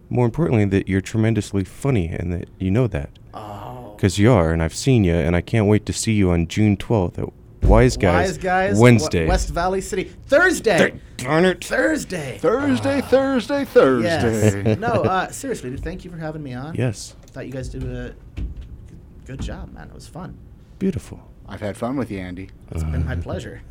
S7: more importantly that you're tremendously funny and that you know that.
S12: Oh.
S7: Cuz you are and I've seen you and I can't wait to see you on June 12th at Wise Guys,
S12: Wise guys. Wa-
S7: Wednesday.
S12: West Valley City. Thursday.
S7: Darn it.
S12: Thursday.
S8: Thursday, Thursday, Thursday.
S12: Yes. no, uh, seriously, dude, thank you for having me on.
S7: Yes.
S12: Thought you guys did a good job, man. It was fun.
S7: Beautiful.
S8: I've had fun with you, Andy.
S12: It's
S7: Uh-huh.
S12: been my pleasure.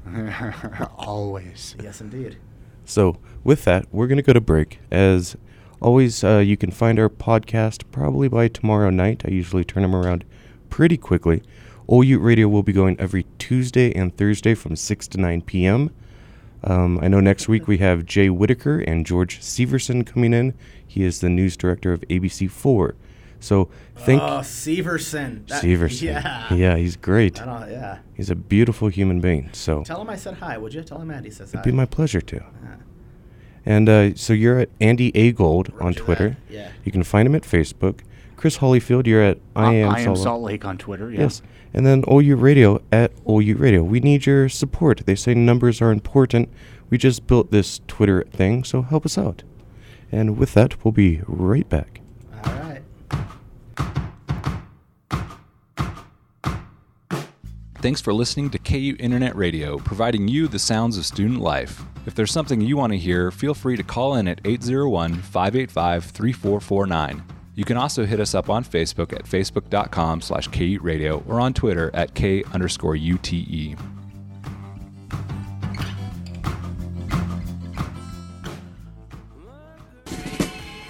S8: Always.
S12: Yes, indeed.
S7: So, with that, we're going to go to break. As always, uh, you can find our podcast probably by tomorrow night. I usually turn them around pretty quickly. Old Ute Radio will be going every Tuesday and Thursday from 6 to 9 p.m. Um, I know next week we have Jay Whitaker and George Severson coming in. He is the news director of ABC4. So, thank
S12: oh, Severson. That-
S7: Severson.
S12: Yeah.
S7: Yeah, he's great.
S12: I don't, yeah.
S7: He's a beautiful human being. So,
S12: Tell him I said hi, would you? Tell him Andy says hi.
S7: It'd be my pleasure to.
S12: Uh-huh.
S7: And uh, so you're at Andy A. Gold on Twitter.
S8: Yeah.
S7: You can find him at Facebook. Chris Hollyfield, you're at I,
S8: I-
S7: am,
S8: I Am
S7: Salt,
S8: Salt Lake on Twitter, yeah.
S7: Yes. And then OU Radio at OU Radio. We need your support. They say numbers are important. We just built this Twitter thing, so help us out. And with that, we'll be right back.
S12: All right.
S1: Thanks for listening to KU Internet Radio, providing you the sounds of student life. If there's something you want to hear, feel free to call in at 801 585 3449. You can also hit us up on Facebook at facebook.com slash KUTE Radio or on Twitter at K underscore E. UTE.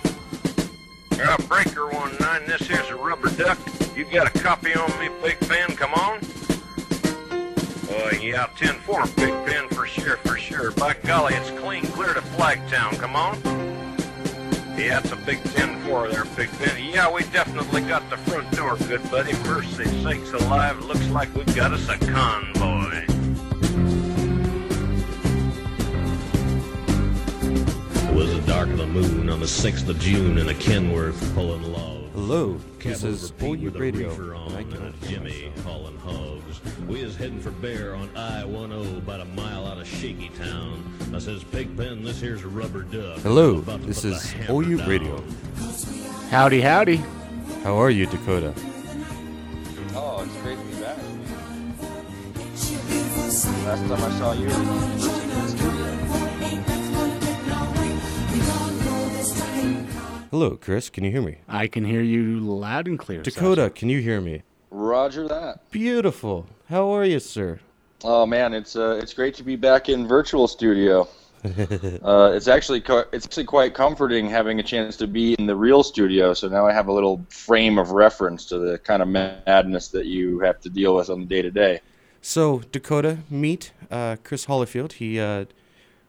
S2: Uh, breaker one nine. This here's a rubber duck. You got a copy on me, Big Ben? Come on. Uh, yeah, ten four, Big Ben, for sure, for sure. By golly, it's clean clear to Flagtown. Come on. Yeah, it's a big ten four there, Big Ben. Yeah, we definitely got the front door, good buddy. Mercy sakes alive, looks like we got us a convoy.
S3: It was the dark of the moon on the 6th of June in a Kenworth pulling logs.
S14: Hello,
S3: Cab
S14: this is
S3: over Pete
S14: OU
S3: with a
S14: Radio.
S3: reefer on
S14: I
S3: and
S14: cannot
S3: a
S14: hear
S3: Jimmy hauling hogs. We is heading for Bear on I-10 about a mile out of Shaky Town. I says, Pigpen, this here's a rubber duck.
S15: Hello,
S3: About to
S15: this
S3: put the
S15: is
S3: hammer
S15: OU
S3: down.
S15: Radio.
S8: Howdy, howdy.
S15: How are you, Dakota?
S16: Oh, it's great to be back. Last time I saw you, you were in the studio.
S7: Hello, Chris. Can you hear me?
S8: I can hear you loud and clear.
S7: Dakota, can you hear me?
S16: Roger that.
S7: Beautiful. How are you, sir?
S16: Oh man, it's uh, it's great to be back in virtual studio. Uh, it's actually co- it's actually quite comforting having a chance to be in the real studio. So now I have a little frame of reference to the kind of madness that you have to deal with on the day to day.
S7: So, Dakota, meet uh, Chris Hollifield. He uh,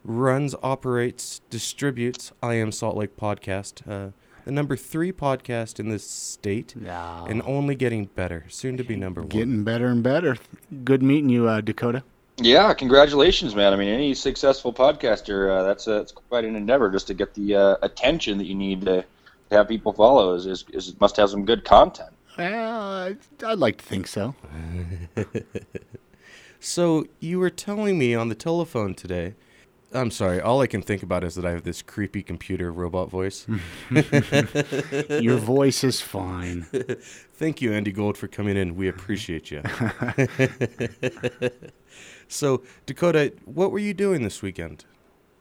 S7: runs, operates, distributes I Am Salt Lake podcast, uh, the number three podcast in this state, and only getting better. Soon to be number one.
S8: Getting better and better. Good meeting you, uh, Dakota.
S16: Yeah, congratulations, man. I mean, any successful podcaster, uh, that's, uh, that's quite an endeavor just to get the uh, attention that you need to have people follow. Is, is, is must have some good content.
S8: Well, I'd like to think so.
S7: So you were telling me on the telephone today. I'm sorry. All I can think about is that I have this creepy computer robot voice.
S8: Your voice is fine.
S7: Thank you, Andy Gold, for coming in. We appreciate you. so, Dakota, what were you doing this weekend?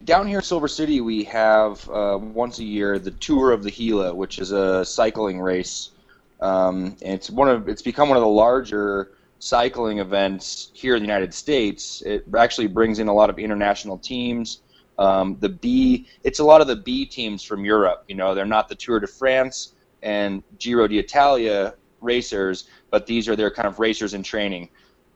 S16: Down here in Silver City, we have uh, once a year the Tour of the Gila, which is a cycling race. Um, and it's one of it's become one of the larger cycling events here in the United States. It actually brings in a lot of international teams. Um, the B, it's a lot of the B teams from Europe. You know, they're not the Tour de France and Giro d'Italia racers, but these are their kind of racers in training.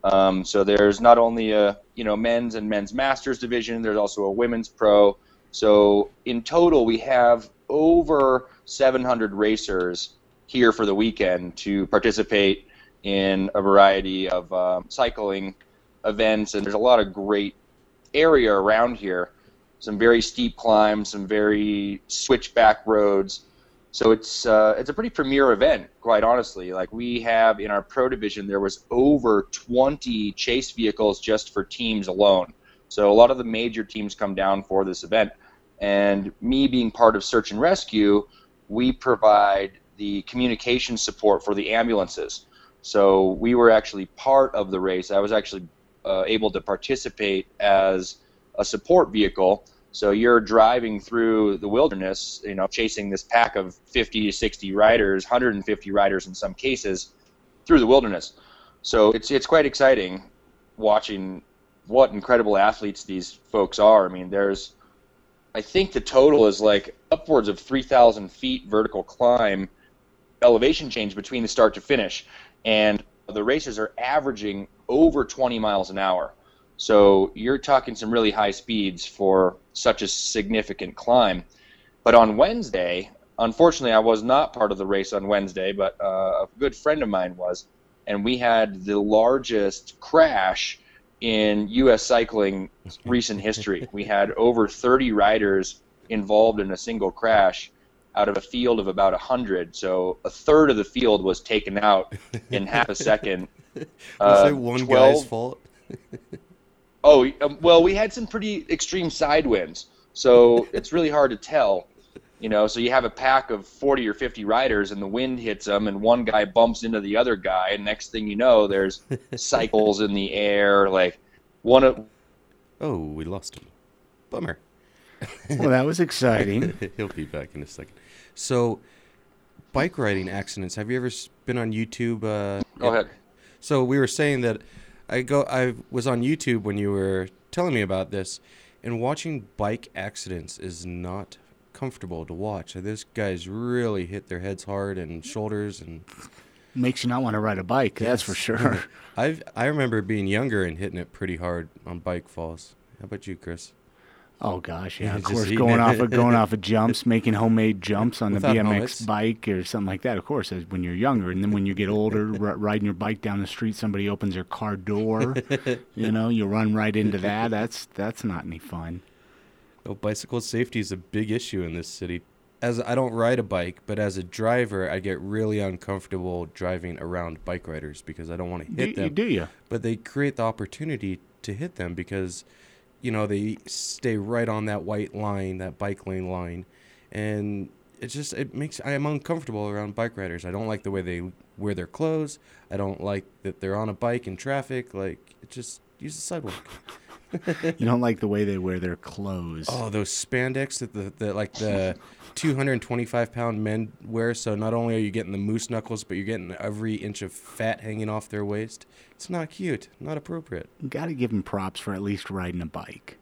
S16: Um, so there's not only a you know men's and men's masters division. There's also a women's pro. So in total, we have over 700 racers here for the weekend to participate in a variety of um, cycling events. And there's a lot of great area around here. Some very steep climbs, some very switchback roads. So it's uh, it's a pretty premier event, quite honestly. Like we have in our pro division, there was over 20 chase vehicles just for teams alone. So a lot of the major teams come down for this event, and me being part of search and rescue, we provide the communication support for the ambulances. So we were actually part of the race. I was actually uh, able to participate as a support vehicle. So you're driving through the wilderness, you know, chasing this pack of 50 to 60 riders, 150 riders in some cases, through the wilderness. So it's it's quite exciting watching what incredible athletes these folks are. I mean, there's I think the total is like upwards of 3,000 feet vertical climb elevation change between the start to finish, and the racers are averaging over 20 miles an hour. So you're talking some really high speeds for such a significant climb. But on Wednesday, unfortunately, I was not part of the race on Wednesday, but uh, a good friend of mine was, and we had the largest crash in U.S. cycling recent history. We had over 30 riders involved in a single crash out of a field of about 100. So a third of the field was taken out in half a second.
S7: Was
S16: Uh,
S7: it one guy's
S16: 12
S7: fault?
S16: Oh, um, well, we had some pretty extreme side winds, so it's really hard to tell. You know, so you have a pack of 40 or 50 riders, and the wind hits them, and one guy bumps into the other guy, and next thing you know, there's cycles in the air. Like, one of.
S7: Oh, we lost him. Bummer.
S8: Well, that was exciting.
S7: He'll be back in a second. So, bike riding accidents. Have you ever s- been on YouTube? Uh,
S16: Go ahead.
S7: So we were saying that I go. I was on YouTube when you were telling me about this, and watching bike accidents is not comfortable to watch. Those guys really hit their heads hard and shoulders, and
S8: Makes you not want to ride a bike, that's for sure.
S7: I've I remember being younger and hitting it pretty hard on bike falls. How about you, Chris?
S8: Oh gosh, yeah, of
S7: Just
S8: course,
S7: eating
S8: going
S7: it.
S8: off of going off of jumps, making homemade jumps on the
S7: Without
S8: BMX
S7: helmets.
S8: bike or something like that. Of course, as when you're younger, and then when you get older, r- riding your bike down the street, somebody opens their car door, you know, you run right into that. That's that's not any fun.
S7: No, bicycle safety is a big issue in this city. As I don't ride a bike, but as a driver, I get really uncomfortable driving around bike riders because I don't want to
S8: Do-
S7: hit
S8: you-
S7: them.
S8: do ya?
S7: But they create the opportunity to hit them because, you know, they stay right on that white line, that bike lane line, and it just it makes I am uncomfortable around bike riders. I don't like the way they wear their clothes. I don't like that they're on a bike in traffic. Like it just use the sidewalk.
S8: You don't like the way they wear their clothes.
S7: Oh, those spandex that the, the like the 225 pound men wear. So not only are you getting the moose knuckles, but you're getting every inch of fat hanging off their waist. It's not cute. Not appropriate.
S8: Got to give them props for at least riding a bike.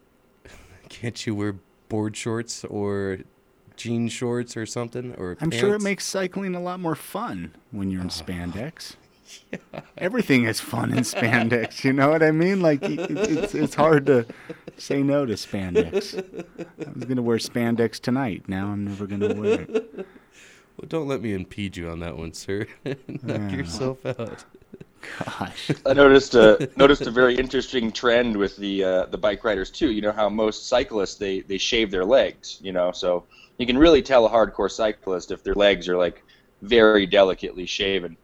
S7: Can't you wear board shorts or jean shorts or something? Or
S8: I'm sure it
S7: pants?
S8: makes cycling a lot more fun when you're in spandex. Everything is fun in spandex. You know what I mean? Like it, it- it's it's hard to say no to spandex. I was gonna wear spandex tonight. Now I'm never gonna wear it.
S7: Well, don't let me impede you on that one, sir. Knock
S8: Yeah.
S7: yourself out.
S8: Gosh.
S16: I noticed a noticed a very interesting trend with the uh, the bike riders too. You know how most cyclists they they shave their legs. You know, so you can really tell a hardcore cyclist if their legs are like very delicately shaven.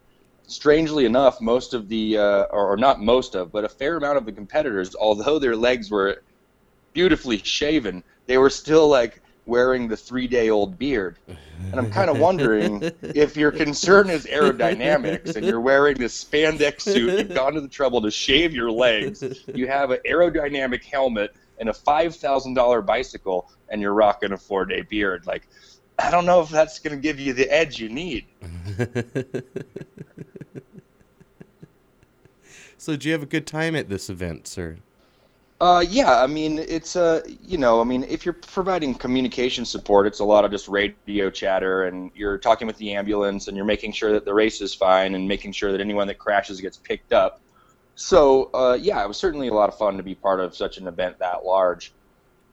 S16: Strangely enough, most of the uh, or, or not most of, but a fair amount of the competitors, although their legs were beautifully shaven, they were still like wearing the three day old beard. And I'm kind of wondering if your concern is aerodynamics and you're wearing this spandex suit, you've gone to the trouble to shave your legs, you have an aerodynamic helmet and a $5,000 bicycle, and you're rocking a four day beard. Like, I don't know if that's going to give you the edge you need.
S7: So, did you have a good time at this event, sir?
S16: Uh, yeah, I mean, it's uh, you know, I mean, if you're providing communication support, it's a lot of just radio chatter, and you're talking with the ambulance, and you're making sure that the race is fine, and making sure that anyone that crashes gets picked up. So, uh, yeah, it was certainly a lot of fun to be part of such an event that large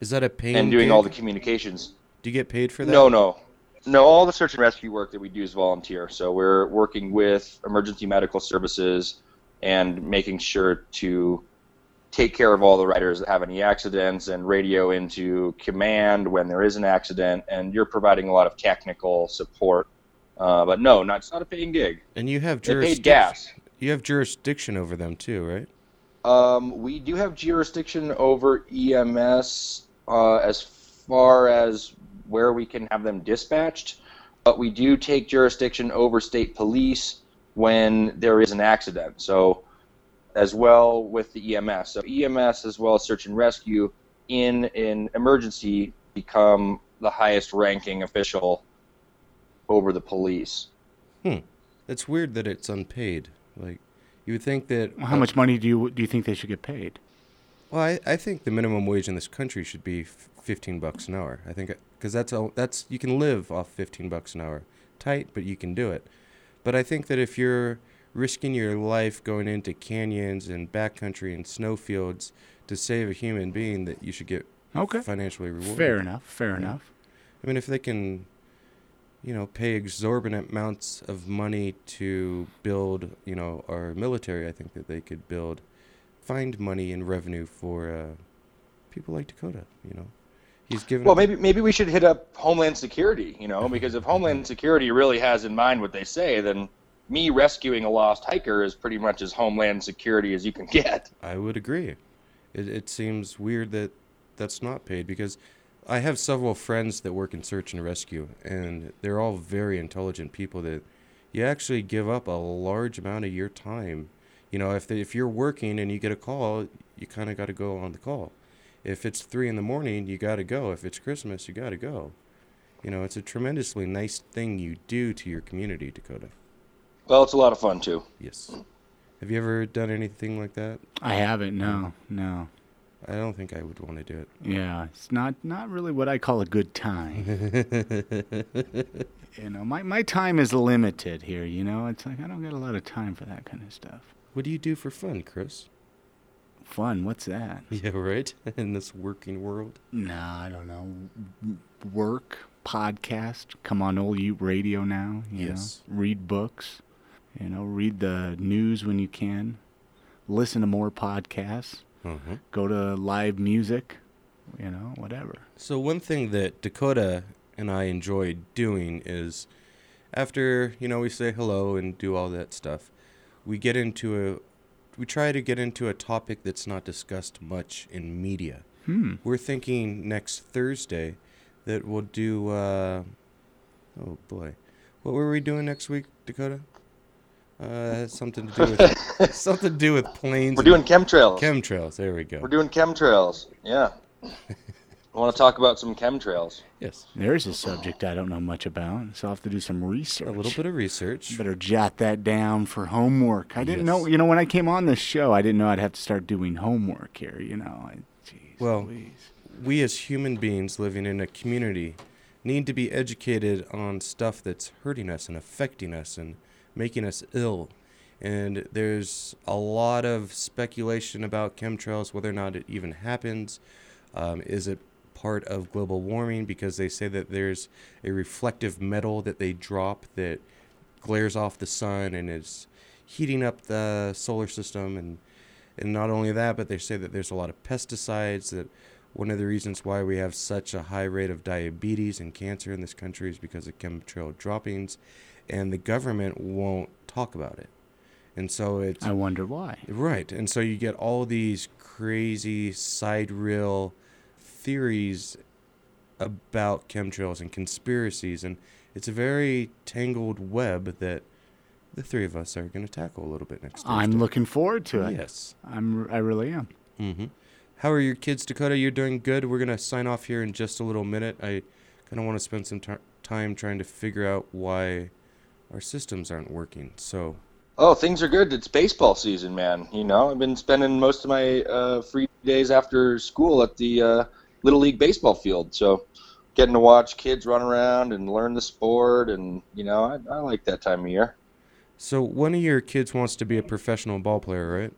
S7: Is that a pain?
S16: and doing all the
S7: gig?
S16: communications.
S7: Do you get paid for that?
S16: No, no, no. All the search and rescue work that we do is volunteer. So we're working with emergency medical services and making sure to take care of all the riders that have any accidents and radio into command when there is an accident. And you're providing a lot of technical support. Uh, but no, not, it's not a paying gig.
S7: And you have
S16: They paid
S7: jurisdiction.
S16: gas.
S7: You have jurisdiction over them too, right?
S16: Um, we do have jurisdiction over EMS uh, as far as where we can have them dispatched, but we do take jurisdiction over state police when there is an accident. So, as well with the EMS. So, EMS as well as search and rescue in an emergency become the highest ranking official over the police.
S7: Hmm. It's weird that it's unpaid. Like, you would think that.
S8: How much money do you do you think they should get paid?
S7: Well, I, I think the minimum wage in this country should be f- fifteen bucks an hour. I think because that's all that's you can live off fifteen bucks an hour, tight, but you can do it. But I think that if you're risking your life going into canyons and backcountry and snowfields to save a human being, that you should get
S8: Okay.
S7: financially rewarded.
S8: Fair enough. Fair enough.
S7: I mean, if they can, you know, pay exorbitant amounts of money to build, you know, our military, I think that they could build, find money and revenue for uh, people like Dakota. You know, he's given.
S16: Well, maybe maybe we should hit up Homeland Security, you know, because if Homeland Security really has in mind what they say, then me rescuing a lost hiker is pretty much as Homeland Security as you can get.
S7: I would agree. It, it seems weird that that's not paid because I have several friends that work in search and rescue, and they're all very intelligent people that you actually give up a large amount of your time. You know, if, they, if you're working and you get a call, you kind of got to go on the call. If it's three in the morning, you got to go. If it's Christmas, you got to go. You know, it's a tremendously nice thing you do to your community, Dakota.
S16: Well, it's a lot of fun too.
S7: Yes. Have you ever done anything like that?
S8: I haven't. No, no.
S7: I don't think I would want to do it.
S8: Yeah, it's not not really what I call a good time. you know, my my time is limited here. You know, it's like I don't get a lot of time for that kind of stuff.
S7: What do you do for fun, Chris?
S8: Fun? What's that?
S7: Yeah, right. In this working world.
S8: No, I don't know. Work, podcast. Come on, old you radio now. You
S7: Yes.
S8: Know? Read books. You know, read the news when you can. Listen to more podcasts.
S7: Mhm.
S8: Go to live music. You know, whatever.
S7: So one thing that Dakota and I enjoy doing is after, you know, we say hello and do all that stuff, we get into a we try to get into a topic that's not discussed much in media.
S8: Hmm.
S7: We're thinking next Thursday that we'll do uh oh boy. What were we doing next week, Dakota? Uh something to do with something to do with planes.
S16: We're
S7: and-
S16: doing chemtrails.
S7: Chemtrails, there we go.
S16: We're doing chemtrails. Yeah. I want to talk about some chemtrails.
S7: Yes.
S8: There's a subject I don't know much about, so I'll have to do some research. A little
S7: bit of research.
S8: Better jot that down for homework. I didn't know, you know, when I came on this show, I didn't know I'd have to start doing homework here, you know. I,
S7: Well, we as human beings living in a community need to be educated on stuff that's hurting us and affecting us and making us ill. And there's a lot of speculation about chemtrails, whether or not it even happens. Um, is it part of global warming? Because they say that there's a reflective metal that they drop that glares off the sun and is heating up the solar system and and not only that but they say that there's a lot of pesticides that one of the reasons why we have such a high rate of diabetes and cancer in this country is because of chemtrail droppings and the government won't talk about it and so it's
S8: I wonder why.
S7: Right. And so you get all these crazy side reel theories about chemtrails and conspiracies and it's a very tangled web that the three of us are going to tackle a little bit next time.
S8: I'm looking forward to it.
S7: Yes.
S8: I'm, I really am.
S7: Mhm. How are your kids, Dakota? You're doing good. We're going to sign off here in just a little minute. I kind of want to spend some ti time trying to figure out why our systems aren't working. So,
S16: Oh, things are good. It's baseball season, man. You know, I've been spending most of my uh, free days after school at the uh, Little League baseball field. So, getting to watch kids run around and learn the sport, and you know, I, I like that time of year.
S7: so one of your kids wants to be a professional ball player, right?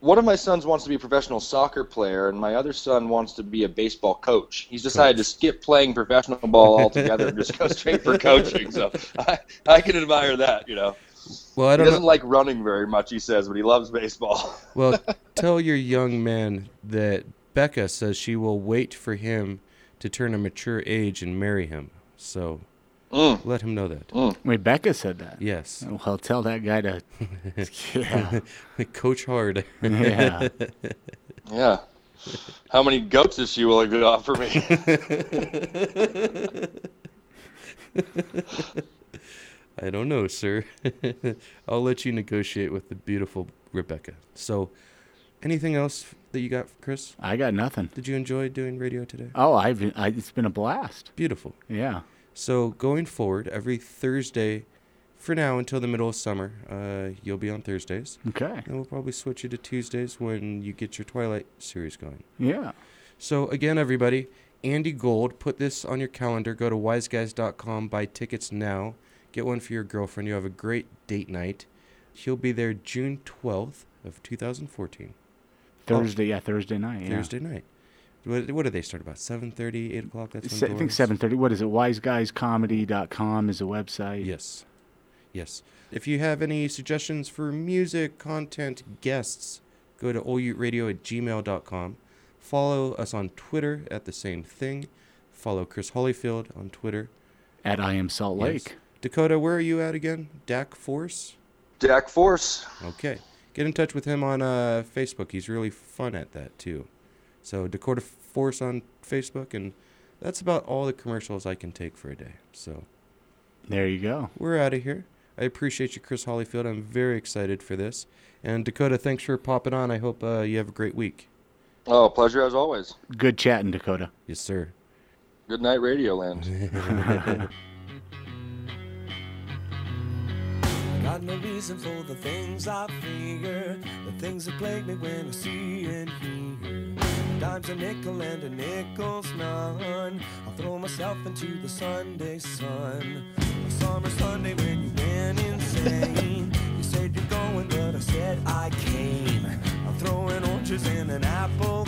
S16: One of my sons wants to be a professional soccer player, and my other son wants to be a baseball coach. He's decided to skip playing professional ball altogether and just go straight for coaching. So I, I can admire that, you know.
S7: Well, I don't
S16: he
S7: know-
S16: doesn't like running very much, he says, but he loves baseball.
S7: Well, tell your young man that Becca says she will wait for him to turn a mature age and marry him. So let him know that.
S8: Wait, Becca said that.
S7: Yes.
S8: Well, tell that guy to. yeah.
S7: Coach hard.
S8: Yeah.
S16: Yeah. How many goats is she willing to offer me?
S7: I don't know, sir. I'll let you negotiate with the beautiful Rebecca. So, anything else that you got, Chris?
S8: I got nothing.
S7: Did you enjoy doing radio today?
S8: Oh, I've, I, it's been a blast.
S7: Beautiful.
S8: Yeah.
S7: So going forward, every Thursday, for now until the middle of summer, uh, you'll be on Thursdays.
S8: Okay.
S7: And we'll probably switch you to Tuesdays when you get your Twilight series going.
S8: Yeah.
S7: So again, everybody, Andy Gold, put this on your calendar. Go to wiseguys.com, buy tickets now. Get one for your girlfriend. You have a great date night. He'll be there June 12th of 2014.
S8: Thursday, yeah, Thursday night. Yeah.
S7: Thursday night. What, what do they start about? 7.30, 8 o'clock? That's when
S8: Se- I think
S7: doors-
S8: 7:30. What is it? Wiseguyscomedy.com is a website.
S7: Yes. Yes. If you have any suggestions for music, content, guests, go to oleutradio at gmail.com. Follow us on Twitter at the same thing. Follow Chris Hollyfield on Twitter.
S8: At I Am Salt
S7: Yes.
S8: Lake.
S7: Dakota, where are you at again? Dak Force?
S16: Dak Force.
S7: Okay. Get in touch with him on uh, Facebook. He's really fun at that, too. So, Dakota Force on Facebook, and that's about all the commercials I can take for a day. So.
S8: There you go.
S7: We're out of here. I appreciate you, Chris Hollyfield. I'm very excited for this. And Dakota, thanks for popping on. I hope uh, you have a great week.
S16: Oh, pleasure as always.
S8: Good chatting, Dakota.
S7: Yes, sir.
S16: Good night, Radioland.
S7: Got no reason for the things I fear, the things that plague me when I see and hear. Dimes a nickel and a nickel's none. I'll throw myself into the Sunday sun. A summer Sunday when you went insane. you said you're going, but I said I came. I'm throwing oranges and an apple